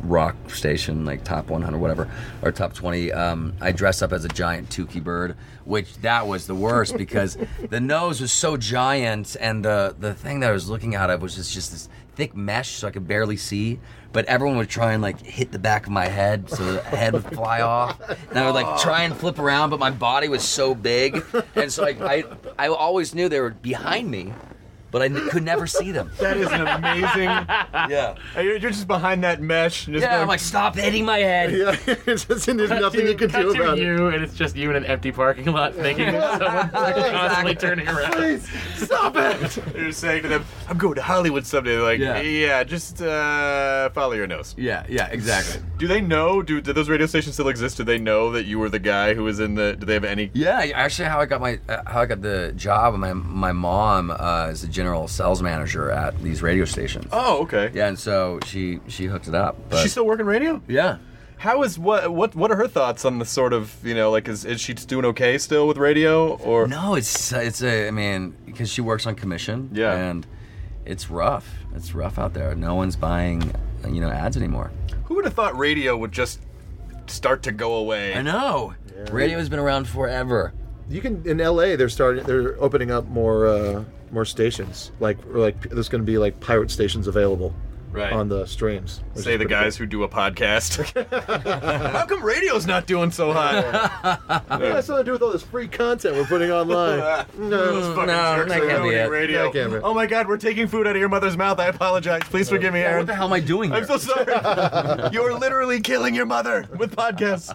S4: rock station like top 100 whatever or top 20 um, i dressed up as a giant tukey bird which that was the worst because the nose was so giant and the the thing that i was looking out of was just, just this thick mesh so i could barely see but everyone would try and like hit the back of my head so the head would fly off and i would like try and flip around but my body was so big and so like i i always knew they were behind me but I n- could never see
S1: [laughs]
S4: them.
S1: [laughs] That is an [laughs] amazing.
S4: Yeah.
S1: you're, you're just behind that mesh. and Just
S4: Yeah,
S1: going,
S4: I'm like, stop hitting my head.
S5: [laughs] Yeah, it's just, and there's nothing you can
S6: cut
S5: do
S6: to
S5: about it.
S6: you, and it's just you in an empty parking lot thinking that someone's constantly turning around.
S5: [laughs]
S1: stop it. [laughs] you're saying to them, I'm going to Hollywood someday. They're like, yeah,
S4: Yeah.
S1: just uh, follow your nose.
S4: Yeah, yeah, exactly.
S1: Do they know? Do, do those radio stations still exist? Do they know that you were the guy who was in the? Do they have any?
S4: Yeah, actually, how I got my uh, how I got the job. My my mom uh, is the general sales manager at these radio stations.
S1: Oh, okay.
S4: Yeah, and so she she hooked it up. But,
S1: She's still working radio.
S4: yeah.
S1: How is what? What? What are her thoughts on the sort of you know like is is she doing okay still with radio or?
S4: No, it's it's a I mean because she works on commission.
S1: Yeah.
S4: and it's rough. It's rough out there. No one's buying you know ads anymore.
S1: Who would have thought radio would just start to go away?
S4: I know. Radio has been around forever.
S5: You can in LA. They're starting. They're opening up more uh, more stations. Like or like there's going to be like pirate stations available.
S1: Right.
S5: on the streams. which
S1: Say
S5: is
S1: the
S5: pretty
S1: guys who do a
S5: [laughs]
S1: podcast. How come radio's not doing so hot?
S5: [laughs] cool. It has something to do with all this free content we're
S4: [laughs]
S5: putting online. no.
S1: Fucking
S4: No,
S1: jerks
S4: that
S1: are
S4: can't be
S1: ruining
S4: it.
S1: radio.
S5: That can't be it.
S1: Oh my god, we're taking food out of your mother's mouth. I apologize. Please forgive me, Aaron.
S4: What the hell am I doing here?
S1: I'm so
S4: [laughs]
S1: sorry. you are literally killing your mother with podcasts.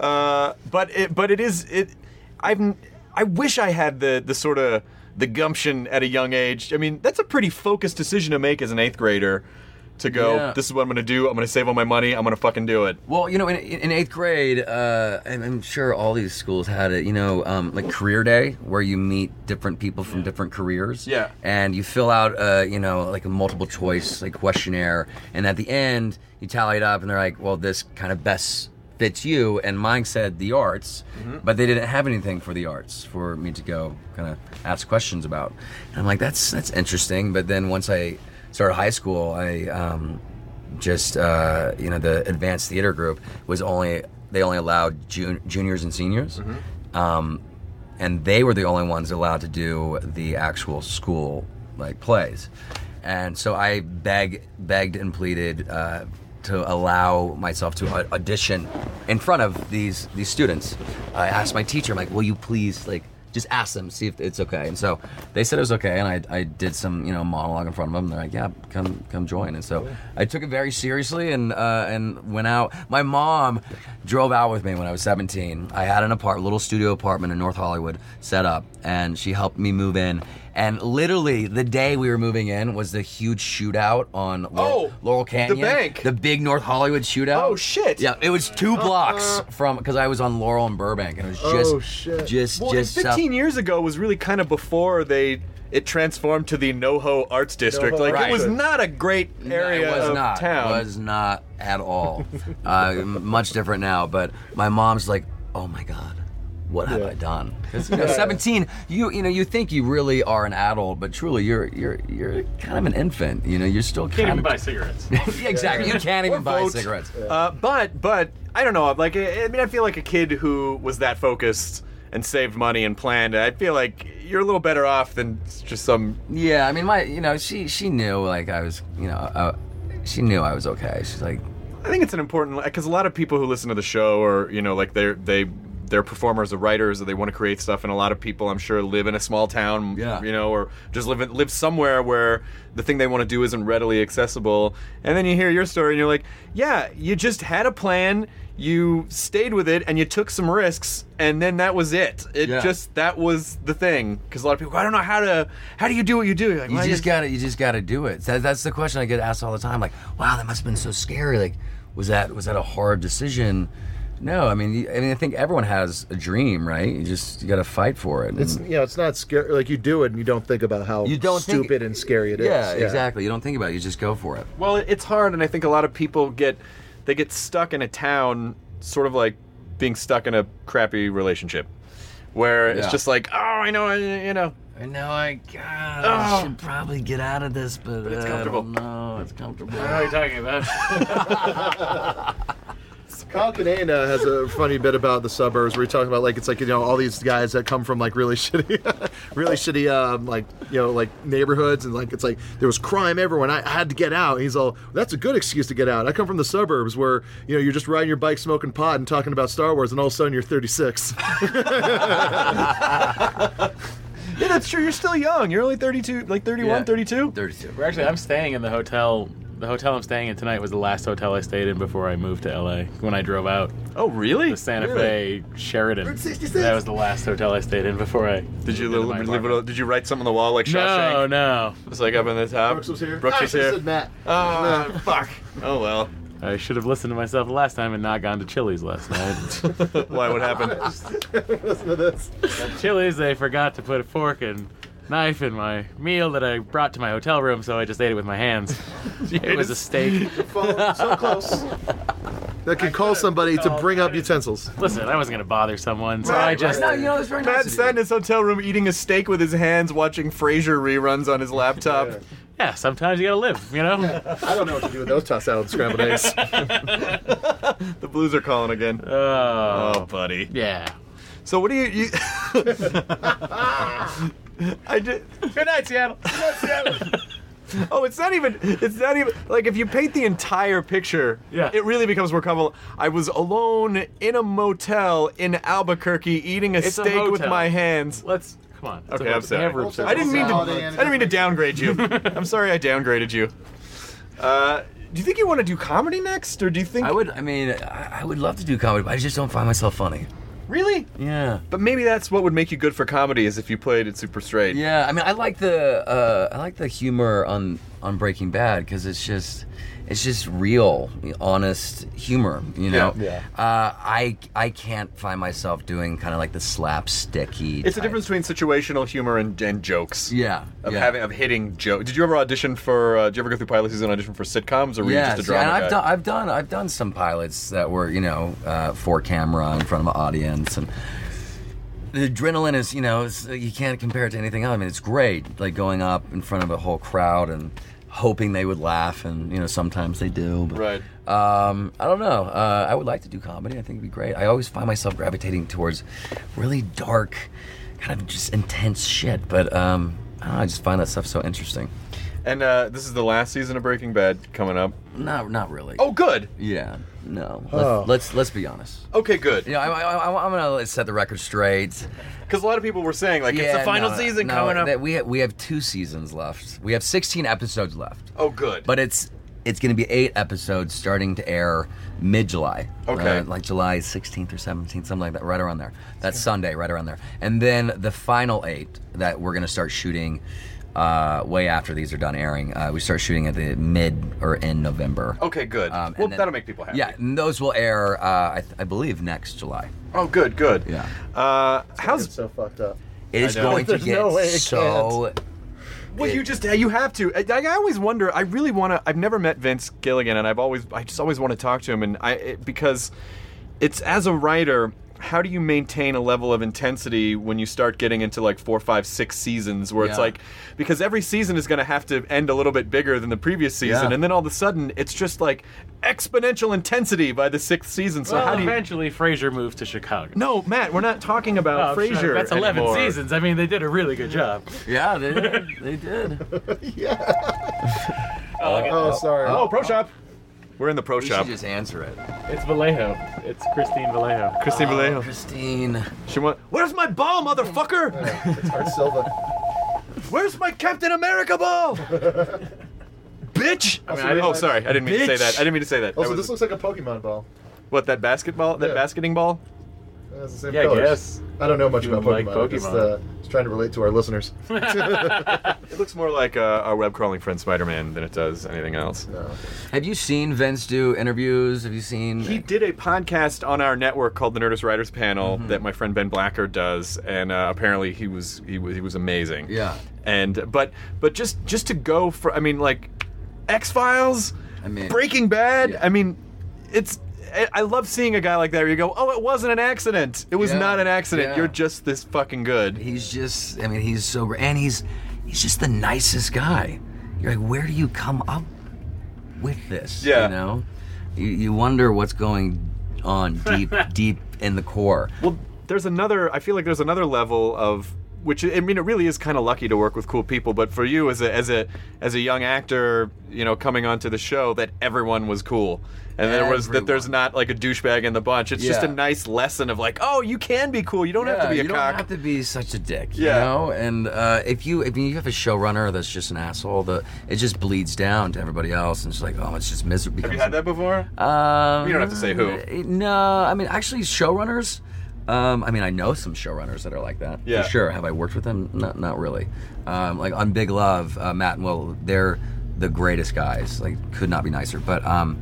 S1: Uh, but it, but it is it. I've n- I wish I had the the sort of the gumption at a young age. I mean, that's a pretty focused decision to make as an eighth grader. To go,
S4: Yeah.
S1: this is what I'm gonna do. I'm gonna save all my money. I'm gonna fucking do it.
S4: Well, you know, in, in eighth grade, uh, and I'm sure all these schools had it. You know, um, like career day, where you meet different people from different careers.
S1: Yeah.
S4: And you fill out, uh, you know, like a multiple choice like questionnaire, and at the end you tally it up, and they're like, "Well, this kind of best fits you." And mine said the arts, but they didn't have anything for the arts for me to go kind of ask questions about. And I'm like, "That's that's interesting," but then once I started high school, I. Um, just uh, you know the advanced theater group was only they only allowed jun- juniors and seniors um, and they were the only ones allowed to do the actual school like plays and so i beg, begged and pleaded uh, to allow myself to au- audition in front of these these students i asked my teacher i'm like will you please like just ask them see if it's okay and so they said it was okay and i, I did some you know monologue in front of them and they're like yeah come come join and so i took it very seriously and uh, and went out my mom drove out with me when i was 17 i had an apartment little studio apartment in north hollywood set up and she helped me move in and literally the day we were moving in was the huge shootout on laurel,
S1: Oh,
S4: laurel canyon
S1: bank.
S4: the big north hollywood shootout
S1: Oh, shit. Uh,
S4: yeah it was two blocks from because i was on laurel and burbank and it was just
S5: Oh, shit.
S4: just
S1: Well,
S4: just uh,
S1: and
S4: south-
S1: 15 years ago was really kind of before they it transformed to the NoHo Arts District.
S5: NoHo
S1: like
S5: Arts
S1: it was
S5: District.
S1: not a great area
S4: it was
S1: of
S4: not,
S1: town.
S4: It was not
S1: [laughs]
S4: at all. uh, m- much different now, but my mom's like, "Oh my god, what have
S5: Yeah.
S4: I done?" 'Cause, you know, seventeen, you you know, you think you really are an adult, but truly, you're you're you're kind of an infant. You know, you're still
S6: Can't
S4: kind
S6: even
S4: of [laughs]
S6: buy cigarettes.
S4: yeah, exactly. You can't even buy
S1: vote.
S4: cigarettes.
S1: Uh, but but I don't know. Like I, I mean, I feel like a kid who was that focused and saved money and planned. I feel like you're a little better off than just some.
S4: Yeah, I mean, my you know, she she knew like I was, you know, uh, she knew I was okay. She's like,
S1: I think it's an important because a lot of people who listen to the show are you know like they're they. They're performers or writers, or they want to create stuff, and a lot of people, I'm sure, live in a small town,
S4: Yeah.
S1: you know, or just live in, live somewhere where the thing they want to do isn't readily accessible. And then you hear your story, and you're like, yeah, you just had a plan, you stayed with it, and you took some risks, and then that was it. It
S4: Yeah.
S1: just that was the thing. Because a lot of people, go, I don't know how to, how do you do what you do? You're like,
S4: you
S1: "Well, I
S4: just got to You just got to do it. That, that's the question I get asked all the time. Like, wow, that must have been so scary. Like, was that was that a hard decision? No, I mean, you- I mean, I think everyone has a dream, right? You just you got to fight for it. and-
S5: It's, you know, it's not scary. Like you do it, and you don't think about how
S4: You don't think-
S5: stupid and scary it is.
S4: yeah, exactly. You don't think about it. You just go for it.
S1: Well, it- it's hard, and I think a lot of people get they get stuck in a town, sort of like being stuck in a crappy relationship, where
S4: Yeah.
S1: it's just like, oh, I know, I- you know,
S4: I know. I God,
S1: I
S4: I
S1: Oh.
S4: should probably get out of this, but,
S1: it's uh, I don't comfortable.
S4: No, it's comfortable.
S6: what are you talking about?
S5: Kyle Kinane uh, has a funny bit about the suburbs where you're talking about like it's like you know all these guys that come from like really [laughs] shitty, really shitty um, like you know like neighborhoods and like it's like there was crime everywhere and I had to get out. And he's all that's a good excuse to get out. I come from the suburbs where you know you're just riding your bike, smoking pot, and talking about Star Wars, and all of a sudden you're 36.
S1: yeah, that's true. You're still young. You're only 32, like 31,
S6: Yeah.
S1: 32.
S4: Thirty-two.
S6: We're actually, I'm staying in the hotel. The hotel I'm staying in tonight was the last hotel I stayed in before I moved to LA. When I drove out,
S1: Oh, really?
S6: the Santa Fe Sheridan. That was the last hotel I stayed in before I.
S1: Did you
S6: moved into
S1: li-
S6: my
S1: live,
S6: apartment.
S1: it all- did you write something on the wall like Shawshank?
S6: No, no.
S1: It's like up in the top.
S5: [laughs] Brooks was here.
S1: Brooks
S5: Ah,
S1: was
S5: I
S1: here.
S5: said Matt.
S1: Oh, fuck. Oh well. [laughs]
S6: I should have listened to myself last time and not gone to Chili's last
S1: [laughs]
S6: night.
S1: Why? What [laughs] happened?
S5: Listen to this.
S6: Chili's, they forgot to put a fork and knife in my meal that I brought to my hotel room, so I just ate it with
S1: [laughs]
S6: my hands. it was a steak.
S5: Follow- so close. That could call somebody to bring up utensils.
S6: Listen, I wasn't gonna bother someone, so I
S1: Right,
S6: just.
S4: No, you know, that's very nice
S1: Matt
S4: of you.
S1: sat in his hotel room eating a steak with his hands, watching Frasier reruns on his laptop.
S6: Yeah, sometimes you gotta live, you know.
S1: [laughs]
S5: I don't know what to do with those tossed out scrambled eggs.
S1: The Blues are calling again.
S6: Oh,
S1: Oh, buddy.
S6: yeah.
S1: So what do you? you [laughs] I did.
S6: Good night, Seattle.
S1: Oh, it's not even. It's not even like if you paint the entire picture.
S6: Yeah.
S1: It really becomes more comfortable. I was alone in a motel in Albuquerque eating a
S6: It's a
S1: steak with
S6: hotel.
S1: my hands.
S6: Let's come on. It's
S1: Okay,
S6: a,
S1: I'm
S6: they
S1: sorry.
S6: have room service.
S1: I didn't mean to. I
S5: Holiday Inn.
S1: didn't mean to downgrade you. I'm sorry, I downgraded you. Uh, do you think you want to do comedy next, or do you think
S4: I would. I mean, I, I would love to do comedy, but I just don't find myself funny.
S1: really?
S4: Yeah.
S1: But maybe that's what would make you good for comedy is if you played it super straight.
S4: Yeah, I mean, I like the uh, I like the humor on on Breaking Bad because it's just it's just real, honest humor. You know,
S5: Yeah.
S4: Uh, I I can't find myself doing kind of like the slapsticky.
S1: It's the
S4: type.
S1: difference between situational humor and, and jokes.
S4: Yeah,
S1: Of
S4: yeah.
S1: having of hitting jokes. Did you ever audition for? Uh, did you ever go through pilot season audition for sitcoms, or were
S4: Yeah,
S1: you just a
S4: see, and
S1: drama
S4: I've
S1: guy?
S4: done I've done I've done some pilots that were you know uh, for camera in front of an audience and. The adrenaline is, you know, it's, you can't compare it to anything else. I mean, it's great, like going up in front of a whole crowd and hoping they would laugh, and you know, sometimes they do. But,
S1: Right.
S4: Um, I don't know. Uh, I would like to do comedy. I think it'd be great. I always find myself gravitating towards really dark, kind of just intense shit. But um, I don't know. I just find that stuff so interesting.
S1: And uh, this is the last season of Breaking Bad coming up.
S4: Not, not really.
S1: Oh, good.
S4: yeah. No. Let's
S5: Oh.
S4: let's, let's be honest.
S1: Okay, good.
S4: You know, I, I, I, I'm gonna set the record straight.
S1: Because a lot of people were saying like it's
S4: Yeah,
S1: the final
S4: no,
S1: season
S4: no,
S1: coming up.
S4: that we we have two seasons left. We have 16 episodes left,
S1: oh, good.
S4: but it's it's gonna be eight episodes starting to air mid July.
S1: Okay.
S4: like July 16th or 17th, something like that, right around there. That's Sunday, right around there. And then the final eight that we're gonna start shooting. Uh, way after these are done airing, uh, we start shooting at the mid or end November.
S1: okay, good.
S4: Um, and
S1: well,
S4: then-
S1: that'll make people happy.
S4: Yeah, and those will air, uh, I, th- I believe, next July.
S1: Oh, good, good.
S4: Yeah.
S1: Uh,
S5: It's
S1: how's
S5: so fucked up.
S4: It is
S1: I know.
S4: going to
S5: There's
S4: get
S5: no way it
S4: so.
S1: Well, you just you have to. I, I always wonder. I really want to. I've never met Vince Gilligan, and I've always I just always want to talk to him. And I it, because it's as a writer, how do you maintain a level of intensity when you start getting into like four, five, six seasons where it's
S4: Yeah.
S1: like because every season is going to have to end a little bit bigger than the previous season,
S4: Yeah.
S1: and then all of a sudden it's just like exponential intensity by the sixth season. So
S6: Well,
S1: how do you?
S6: eventually, Frasier moved to Chicago.
S1: [laughs] No, Matt, we're not talking
S6: Oh,
S1: about
S6: sure,
S1: Frasier.
S6: That's 11
S1: anymore.
S6: seasons. I mean, they did a really good job.
S4: Yeah, they did. They did.
S5: [laughs] Oh, sorry.
S1: Oh, pro shop. We're in the pro
S4: We
S1: shop.
S4: should just answer it.
S6: It's Vallejo. It's Christine Vallejo.
S1: Christine Vallejo.
S4: Christine.
S1: She went, Where's my ball, motherfucker?
S5: It's Art Silva.
S1: Where's my Captain America ball? Bitch! I mean, I didn't- oh, sorry. I didn't mean to say
S4: Bitch.
S1: that. I didn't mean to say that. that
S5: Also,
S1: was,
S5: this looks like a Pokemon ball.
S1: what, that basketball? That
S5: Yeah. Oh,
S1: basketing ball?
S5: It has the same
S6: Yeah, I
S5: colors.
S6: guess.
S5: I don't know much
S6: You
S5: about
S6: like
S5: Pokemon. I'm just,
S6: Pokemon.
S5: uh, just trying to relate to
S1: [laughs]
S5: our listeners.
S1: It looks more like uh, our web crawling friend Spider Man than it does anything else.
S4: Have you seen Vince do interviews? Have you seen?
S1: He did a podcast on our network called the Nerdist Writers Panel
S5: Mm-hmm.
S1: that my friend Ben Blacker does, and uh, apparently he was he was he was amazing.
S4: Yeah.
S1: And but but just just to go for I mean like X Files,
S4: I mean-
S1: Breaking Bad.
S4: Yeah.
S1: I mean, it's. I- I love seeing a guy like that where you go, oh, it wasn't an accident. It was
S4: Yeah.
S1: not an accident.
S4: Yeah.
S1: You're just this fucking good.
S4: He's just. I mean, he's so great, and he's he's just the nicest guy. You're like, where do you come up with this?
S1: Yeah.
S4: You know, you, you wonder what's going on
S1: [laughs]
S4: deep deep in the core.
S1: Well, there's another. I feel like there's another level of which. I mean, it really is kind of lucky to work with cool people. But for you, as a as a as a young actor, you know, coming onto the show, that everyone was cool, and there was that there's
S4: Everyone.
S1: not like a douchebag in the bunch. It's just a
S4: Yeah.
S1: nice lesson of like, oh, you can be cool. You don't have to
S4: Yeah,
S1: be a
S4: you
S1: cock.
S4: don't have to be such a dick,
S1: Yeah.
S4: you know. And uh, if you if you have a showrunner that's just an asshole, the it just bleeds down to everybody else, and it's like, oh, it's just miserable.
S1: have you had that before?
S4: Um,
S1: You don't have to say who.
S4: No, I mean actually showrunners. Um, I mean, I know some showrunners that are like that.
S1: Yeah.
S4: For sure. Have I worked with them? Not, not really. Um, like on Big Love, uh, Matt and Will, they're the greatest guys. Like, could not be nicer. But um,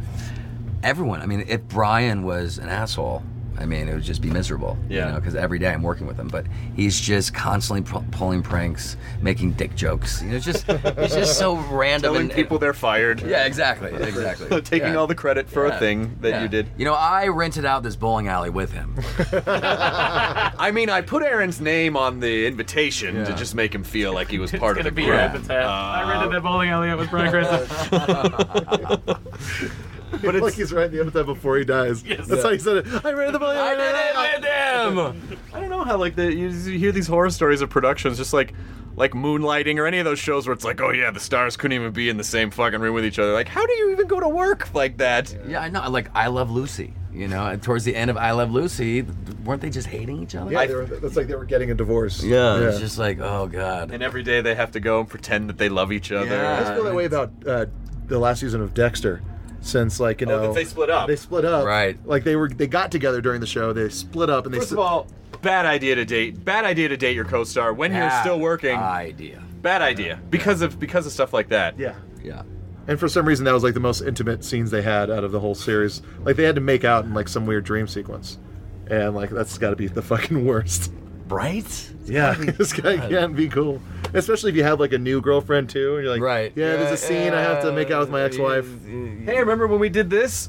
S4: everyone. I mean, if Brian was an asshole, I mean, it would just be miserable.
S1: Yeah.
S4: You know, because every day I'm working with him, but he's just constantly pu- pulling pranks, making dick jokes. You know, it's just [laughs] it's just so random.
S1: Telling
S4: and-
S1: people they're fired.
S4: uh, Yeah, exactly, exactly.
S1: [laughs] Taking
S4: Yeah.
S1: all the credit for a
S4: Yeah.
S1: thing that
S4: Yeah.
S1: you did.
S4: You know, I rented out this bowling alley with him. [laughs]
S1: I mean, I put Aaron's name on the invitation to
S4: Yeah.
S1: just make him feel like
S4: [laughs]
S1: he was
S6: It's
S1: part of
S6: gonna
S1: the
S6: be
S1: group.
S6: your epitaph. I rented that bowling alley out with Brian Cranston.
S5: But it's [laughs] like he's right the end of that before
S1: [laughs]
S5: he dies. That's how he said it. I ran the ball. I
S4: with him.
S1: I don't know how like the, you, you hear these horror stories of productions, just like like moonlighting or any of those shows where it's like, oh yeah, the stars couldn't even be in the same fucking room with each other. Like, how do you even go to work like that?
S4: Yeah, I know. Like I Love Lucy. You know, and towards the end of I Love Lucy, th- weren't they just hating each other?
S5: [laughs] Yeah, they were, that's like they were getting a divorce.
S4: yeah. It's just like, oh
S1: And
S4: god.
S1: every day they have to go and pretend that they love each other.
S5: I just feel that way about uh, the last season of Dexter. Since like you
S1: Oh,
S5: know
S1: that they split up.
S5: they split up,
S4: Right.
S5: Like they were, they got together during the show. They split up, and they
S1: First of
S5: s-
S1: all, bad idea to date. Bad idea to date your co-star when you're
S4: Bad
S1: still working.
S4: Idea.
S1: bad idea because of because of stuff like that.
S5: yeah.
S4: Yeah.
S5: And for some reason, that was like the most intimate scenes they had out of the whole series. Like they had to make out in like some weird dream sequence, and like that's got to be the fucking worst.
S4: Right.
S5: [laughs] Yeah, this guy can't be cool, especially if you have like a new girlfriend too, and you're like,
S4: Right.
S5: Yeah, there's a scene I have to make out with my ex-wife.
S1: Hey, remember when we did this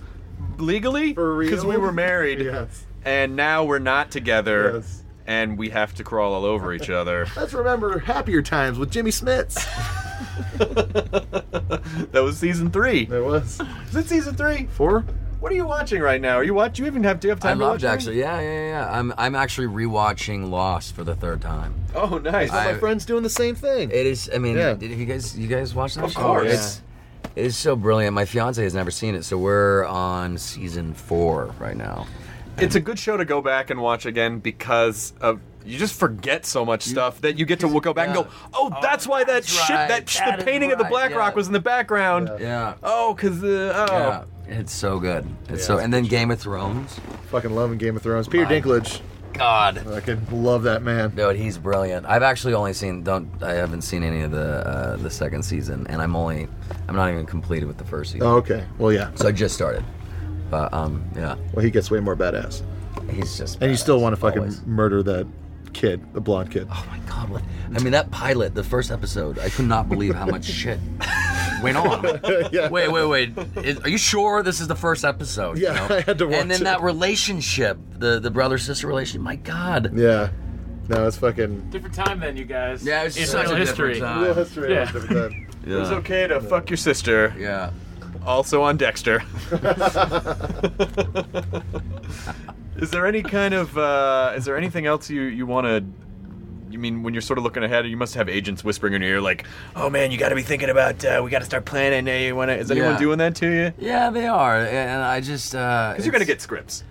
S1: legally?
S5: For real?
S1: Because we were
S5: [laughs]
S1: married.
S5: Yes.
S1: And now we're not together.
S5: Yes.
S1: And we have to crawl all over each other.
S5: Let's remember happier times with Jimmy Smits.
S1: that was season three.
S5: There was
S1: Is it season three?
S5: four.
S1: What are you watching right now? Are you watch? You even have do you have
S4: I
S1: time to
S4: loved
S1: watch
S4: actually. Yeah, yeah, yeah. I'm I'm actually rewatching Lost for the third time.
S1: anything? Oh, nice.
S5: My
S4: I-
S5: friend's doing the same thing.
S4: It is. I mean,
S5: Yeah.
S4: did you guys you guys watch that?
S1: Of
S4: show?
S1: course.
S4: It's, it is so brilliant. My fiance has never seen it, so we're on season four right now.
S1: it's a good show to go back and watch again because of you just forget so much stuff that you get to go back and go, oh, that's why that
S4: that's
S1: shit,
S4: right.
S1: that, sh-
S4: That
S1: the
S4: is
S1: painting of the
S4: right,
S1: Black
S4: yeah.
S1: Rock was in the background.
S4: Yeah.
S1: Oh, because uh, oh,
S4: Yeah. It's so good. It's so. And then Game of Thrones.
S5: Fucking loving Game of Thrones. Peter Dinklage.
S4: God.
S5: Fucking love that man.
S4: Dude, he's brilliant. I've actually only seen don't I haven't seen any of the uh, the second season, and I'm only I'm not even completed with the first season.
S5: Oh, okay. Well, yeah.
S4: So I just started, but um yeah,
S5: Well, he gets way more badass.
S4: he's just
S5: And you still
S4: badass,
S5: want to fucking
S4: always.
S5: murder that kid, the blonde kid.
S4: Oh my god! What, I mean, that pilot, the first episode, I could not believe how much shit went
S5: [laughs]
S4: on.
S5: yeah.
S4: [laughs] Wait, wait, wait! Is, are you sure this is the first episode? you
S5: Yeah,
S4: know?
S5: I had to watch
S4: And then
S5: it.
S4: that relationship, the the brother sister relationship. My god!
S5: Yeah. No, it's fucking.
S6: Different time then, you guys.
S4: Yeah, it's
S6: It's
S4: such
S6: real
S4: a
S6: history.
S4: different time.
S5: Real history.
S6: Yeah.
S4: Yeah.
S1: It was okay to fuck your sister.
S4: yeah.
S1: Also on [laughs] Dexter. is there any kind of uh, is there anything else you you want to? You mean when you're sort of looking ahead, you must have agents whispering in your ear, like, "Oh man, you got to be thinking about. Uh, we got to start planning. Hey, you want to? Is anyone
S4: Yeah.
S1: doing that to you?
S4: Yeah, they are, and I just because
S1: Because you're gonna get scripts.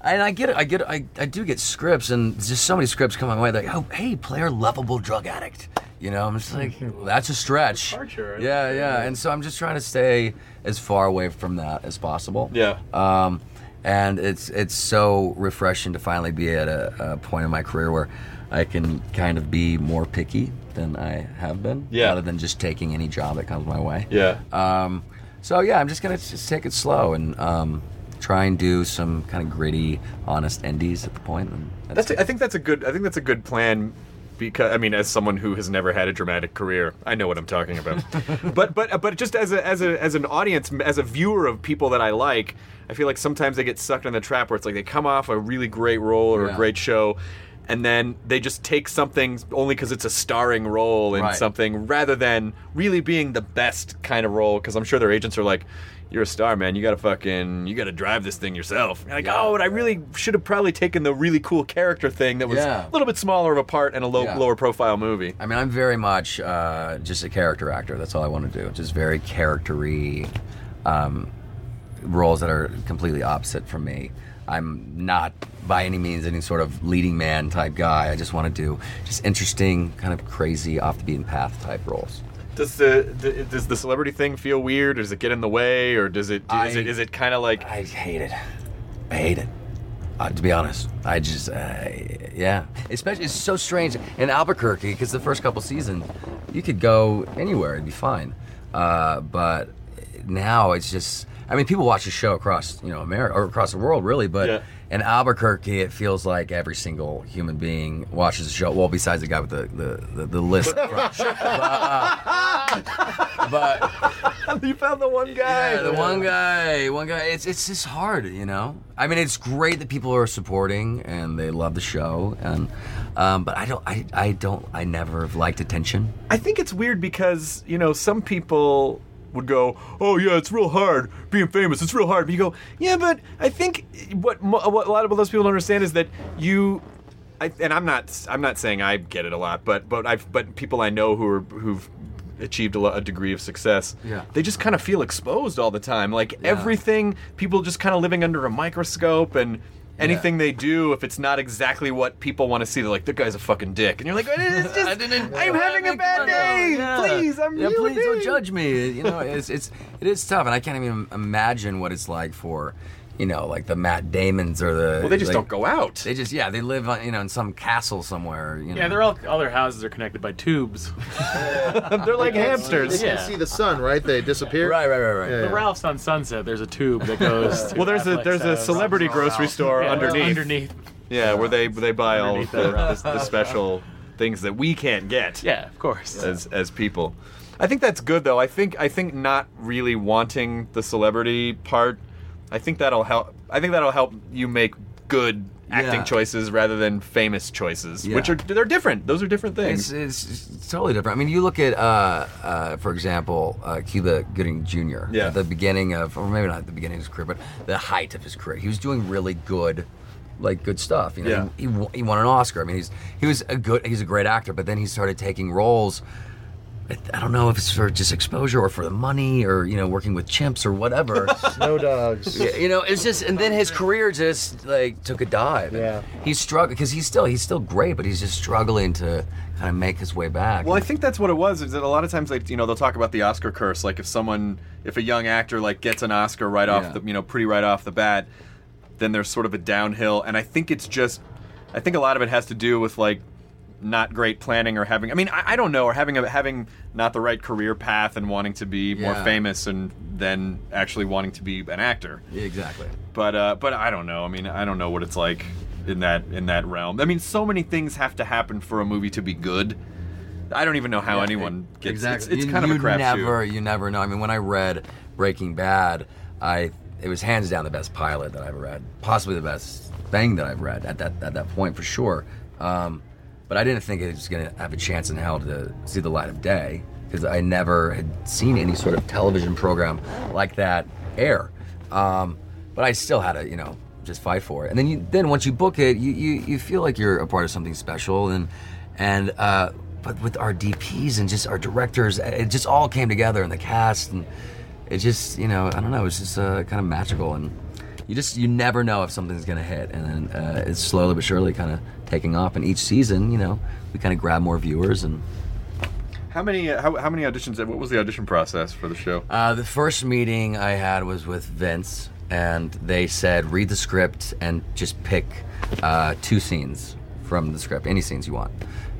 S4: And I get it. I get it. I, I do get scripts, and just so many scripts come my way. Like, oh, hey, player, lovable drug addict. You know, I'm just like, that's a stretch.
S1: Departure.
S4: Yeah, yeah. And so I'm just trying to stay as far away from that as possible.
S1: Yeah.
S4: Um, and it's it's so refreshing to finally be at a, a point in my career where I can kind of be more picky than I have been,
S1: Yeah.
S4: rather than just taking any job that comes my way.
S1: Yeah.
S4: Um, so yeah, I'm just gonna just take it slow and um, try and do some kind of gritty, honest endies at the point. And
S1: That's. I think that's a good. I think that's a good plan. Because I mean, as someone who has never had a dramatic career, I know what I'm talking
S4: [laughs]
S1: about. but but but just as a, as a as an audience, as a viewer of people that I like, I feel like sometimes they get sucked in the trap where it's like they come off a really great role or a
S4: Yeah.
S1: great show, and then they just take something only because it's a starring role in
S4: Right.
S1: something rather than really being the best kind of role. Because I'm sure their agents are like. You're a star, man. You gotta fucking, you gotta drive this thing yourself. You're like,
S4: Yeah.
S1: oh, but I really should have probably taken the really cool character thing that was a
S4: Yeah.
S1: little bit smaller of a part and a low,
S4: Yeah.
S1: lower profile movie.
S4: I mean, I'm very much uh, just a character actor. That's all I want to do. Just very charactery um, roles that are completely opposite from me. I'm not by any means any sort of leading man type guy. I just want to do just interesting, kind of crazy, off the beaten path type roles.
S1: Does the, the does the celebrity thing feel weird? Does it get in the way, or does it
S4: I-
S1: is it is it kind of like
S4: I hate it. I hate it. Uh, to be honest, I just, uh, yeah. Especially, it's so strange in Albuquerque because the first couple seasons, you could go anywhere and be fine. Uh, but now it's just, I mean, people watch the show across, you know, America or across the world, really. But
S1: Yeah.
S4: in Albuquerque, it feels like every single human being watches the show. Well, besides the guy with the the, the,
S1: [laughs]
S4: the list, but, uh, but
S1: you found the one guy?
S4: yeah, the one guy, one guy. It's it's just hard, you know. I mean, it's great that people are supporting and they love the show, and um, but I don't, I, I don't, I never have liked attention.
S1: I think it's weird because you know some people would go, "Oh yeah, it's real hard being famous. It's real hard." But you go, "Yeah, but I think what mo- what a lot of those people don't understand is that you I, and I'm not I'm not saying I get it a lot, but but I've but people I know who are who've achieved a, lo- a degree of success,
S4: Yeah.
S1: they just kind of feel exposed all the time. Like everything, people just kind of living under a microscope and. Anything they do, if it's not exactly what people want to see, they're like, "That guy's a fucking dick," and you're like, "It's just, I am having a bad day. Please, I'm
S4: yeah,
S1: really
S4: please don't
S1: big."
S4: judge me. You know, it's it's it is tough, and I can't even imagine what it's like for, you know, like the Matt Damons or the.
S1: Well, they just
S4: like-
S1: don't go out.
S4: They just yeah, they live on, you know in some castle somewhere. You know.
S6: Yeah, they're all all their houses are connected by tubes.
S1: [laughs] They're like hamsters.
S5: They
S6: Yeah.
S5: can see the sun, right? They disappear.
S4: right, right, right, right.
S5: Yeah.
S6: The Ralph's on Sunset. There's a tube that goes. To
S1: Well, there's a
S6: Affleck's
S1: there's a
S6: house.
S1: celebrity grocery store
S6: Yeah,
S1: underneath.
S6: Underneath.
S1: Yeah, where they they buy all of
S6: Underneath
S1: the,
S6: that rock.
S1: the, the special things that we can't get
S6: Yeah, of course.
S1: as as people. I think that's good though. I think I think not really wanting the celebrity part. I think that'll help. I think that'll help you make good acting
S4: Yeah.
S1: choices rather than famous choices, which
S4: Yeah.
S1: are they're different. Those are different
S4: It's,
S1: things.
S4: it's, it's totally different. I mean, you look at, uh, uh, for example, uh, Cuba Gooding Jr.
S1: Yeah.
S4: At the beginning of, or maybe not at the beginning of his career, but the height of his career, he was doing really good, like good stuff. You know,
S1: Yeah.
S4: he, he, won- he won an Oscar. I mean, he's he was a good, he's a great actor, but then he started taking roles. I, I don't know if it's for just exposure or for the money or you know working with chimps or
S1: [laughs]
S4: whatever.
S5: No [laughs] dogs.
S4: Yeah, you know, it's just, and then his career just like took a dive.
S5: Yeah.
S4: he's struggling because he's still he's still great, but he's just struggling to kind of make his way back.
S1: Well, I think that's what it was. Is that a lot of times they, you know, they'll talk about the Oscar curse. Like if someone, if a young actor like gets an Oscar right off
S4: Yeah.
S1: the, you know, pretty right off the bat, then there's sort of a downhill. And I think it's just, I think a lot of it has to do with like not great planning or having. I mean, I, I don't know, or having a, having not the right career path and wanting to be more
S4: Yeah.
S1: famous and then actually wanting to be an actor
S4: Yeah, exactly.
S1: but uh, but I don't know. I mean, I don't know what it's like in that in that realm. I mean, so many things have to happen for a movie to be good. I don't even know how anyone gets.
S4: e-, exactly.
S1: It's, it's
S4: You-
S1: kind
S4: you
S1: of a crapshoot.
S4: Never, you never know. I mean, when I read Breaking Bad, I it was hands down the best pilot that I've read, possibly the best thing that I've read at that at that point for sure. Um, but I didn't think it was going to have a chance in hell to see the light of day because I never had seen any sort of television program like that air. Um, but I still had to, you know, just fight for it. And then you then once you book it, you you, you feel like you're a part of something special and and uh, but with our DPs and just our directors, it just all came together and the cast and it just you know I don't know it was just uh, kind of magical and you just you never know if something's gonna hit and then uh, it's slowly but surely kind of taking off and each season you know we kind of grab more viewers and
S1: How many uh, how, how many auditions? What was the audition process for the show?
S4: Uh, the first meeting I had was with Vince, and they said read the script and just pick uh, two scenes from the script, any scenes you want.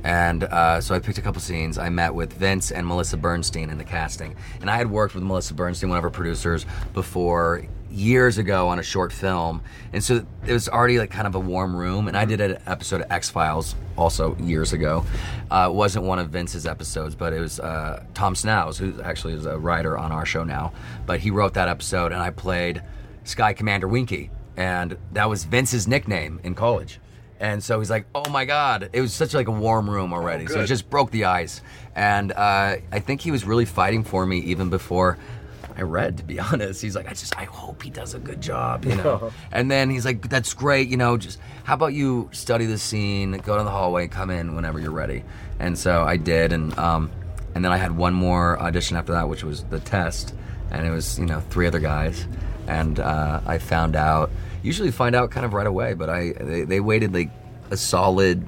S4: And uh, so I picked a couple scenes. I met with Vince and Melissa Bernstein in the casting, and I had worked with Melissa Bernstein, one of our producers, before years ago on a short film. And so it was already like kind of a warm room. And I did an episode of X Files also years ago. Uh, it wasn't one of Vince's episodes, but it was uh, Tom Snows, who actually is a writer on our show now. But he wrote that episode, and I played Sky Commander Winky. And that was Vince's nickname in college. And so he's like, "Oh my God!" It was such like a warm room already, so it just broke the ice. And uh, I think he was really fighting for me even before I read, to be [laughs] honest. He's like, I just, I hope he does a good job, you know. and then he's like, that's great, you know. Just how about you study the scene, go down the hallway, come in whenever you're ready. And so I did, and um, and then I had one more audition after that, which was the test, and it was you know three other guys, and uh, I found out. Usually find out kind of right away, but I they, they waited like a solid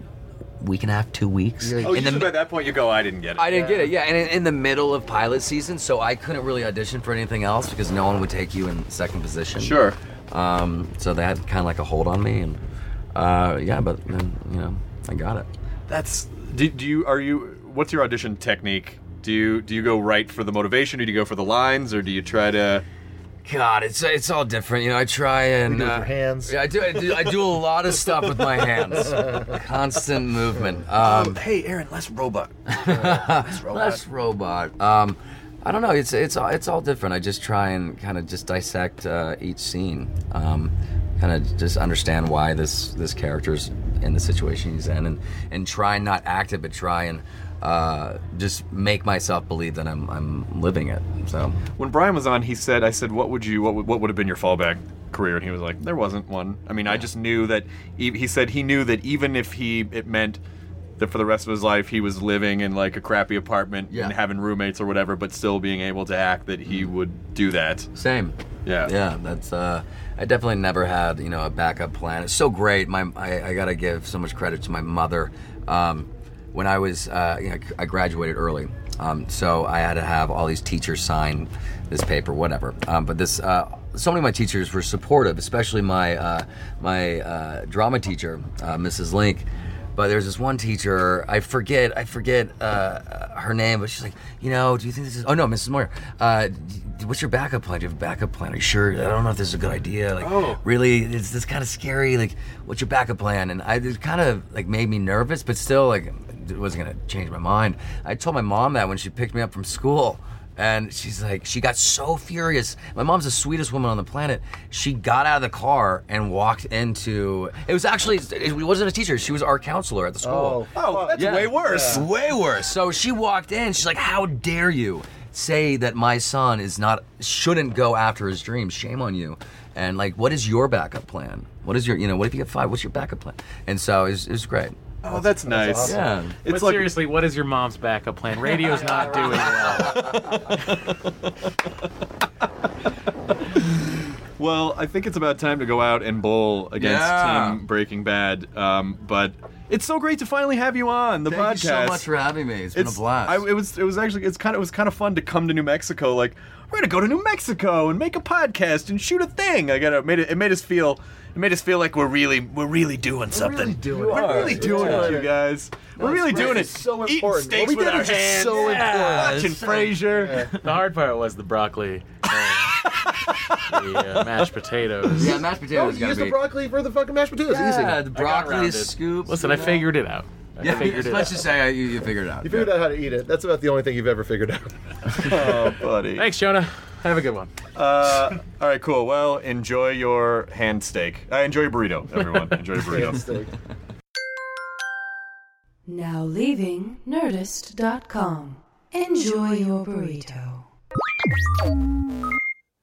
S4: week and a half, two weeks.
S1: Oh,
S4: In the
S1: usually
S4: mi-
S1: by that point you go, I didn't get it.
S4: I didn't get it. Yeah, and in, in the middle of pilot season, so I couldn't really audition for anything else because no one would take you in second position.
S1: Sure.
S4: Um, so they had kind of like a hold on me, and uh, yeah, but then you know I got it.
S1: That's do, do you are you? What's your audition technique? Do you do you go right for the motivation, or do you go for the lines, or do you try to?
S4: God, it's it's all different. You know, I try and uh,
S5: do it with your hands.
S4: Yeah, I do, I do. I do a lot of stuff with my
S5: [laughs]
S4: hands. Constant movement. Um,
S1: Oh, hey, Aaron, less
S4: [laughs]
S1: robot.
S4: Less robot. Um, I don't know. It's it's all it's all different. I just try and kind of just dissect uh, each scene, um, kind of just understand why this this character's in the situation he's in, and and try and not act it, but try and uh, just make myself believe that I'm I'm living it. So
S1: When Brian was on, he said, "I said, what would you? What would, what would have been your fallback?" career, and he was like, there wasn't one. I mean, I just knew that. e, He, he said he knew that even if he it meant that for the rest of his life he was living in like a crappy apartment
S4: Yeah.
S1: and having roommates or whatever, but still being able to act, that he would do that.
S4: Same.
S1: Yeah.
S4: Yeah. That's. Uh, I definitely never had you know a backup plan. It's so great. My I, I gotta give so much credit to my mother. Um, when I was uh, you know, I graduated early, um, so I had to have all these teachers sign this paper, whatever. Um, but this. Uh, so many of my teachers were supportive, especially my uh, my uh, drama teacher, uh, Mrs. Link. But there's this one teacher, I forget, I forget uh, uh, her name, but she's like, you know, do you think this is? Oh no, Mrs. Moyer. Uh, d- d- what's your backup plan? Do you have a backup plan? Are you sure? I don't know if this is a good idea. Like, really, it's this kind of scary. Like, what's your backup plan? And I it kind of like made me nervous, but still, like, it wasn't gonna change my mind. I told my mom that when she picked me up from school. And she's like, she got so furious. My mom's the sweetest woman on the planet. She got out of the car and walked into. It was actually, it wasn't a teacher. She was our counselor at the school.
S1: Oh, that's
S4: Yeah.
S1: way worse.
S4: Way worse. So she walked in. She's like, "How dare you say that my son is not shouldn't go after his dreams? Shame on you!" And like, what is your backup plan? What is your you know what if you get five? What's your backup plan? And so it was, it was great.
S1: Oh, that's nice.
S4: Yeah.
S6: But
S1: It's like
S6: seriously, what is your mom's backup plan? Radio's not doing well.
S1: Well, I think it's about time to go out and bowl against
S4: Yeah.
S1: Team Breaking Bad. Um, but it's so great to finally have you on the
S4: Thank
S1: podcast.
S4: you so much for having me. it's been
S1: it's
S4: a blast.
S1: I, it was it was actually it's kind of it was kind of fun to come to New Mexico. Like we're gonna go to New Mexico and make a podcast and shoot a thing. I got it made it, it made us feel it made us feel like we're really we're really doing something. We're really doing,
S5: are.
S1: it, you guys. we're really
S5: great.
S1: doing it.
S5: It's so
S1: Eating
S5: important. What
S1: steaks
S5: we
S1: with
S5: did
S1: our
S5: was just
S1: hands.
S5: so
S1: yeah.
S5: important.
S1: Watching Frasier.
S6: The hard part was the broccoli, and the uh, mashed potatoes.
S4: yeah, mashed
S1: Oh,
S4: potatoes
S5: use
S4: gotta
S5: the
S4: be.
S5: broccoli for the fucking mashed potatoes. Easy.
S4: yeah, the broccoli
S6: rounded.
S4: is scooped.
S6: Listen, I figured it out. I
S4: Yeah,
S6: figured it out.
S4: let's just say I, you, you figured it out.
S5: You figured out how to eat it. That's about the only thing you've ever figured out.
S1: [laughs]
S5: [laughs]
S1: Oh, buddy.
S6: Thanks, Jonah. Have a good one.
S1: Uh, all right, cool. Well, enjoy your hand steak. Uh, enjoy your burrito, everyone. Enjoy your burrito.
S5: Steak.
S3: Now leaving Nerdist.com. Enjoy your burrito.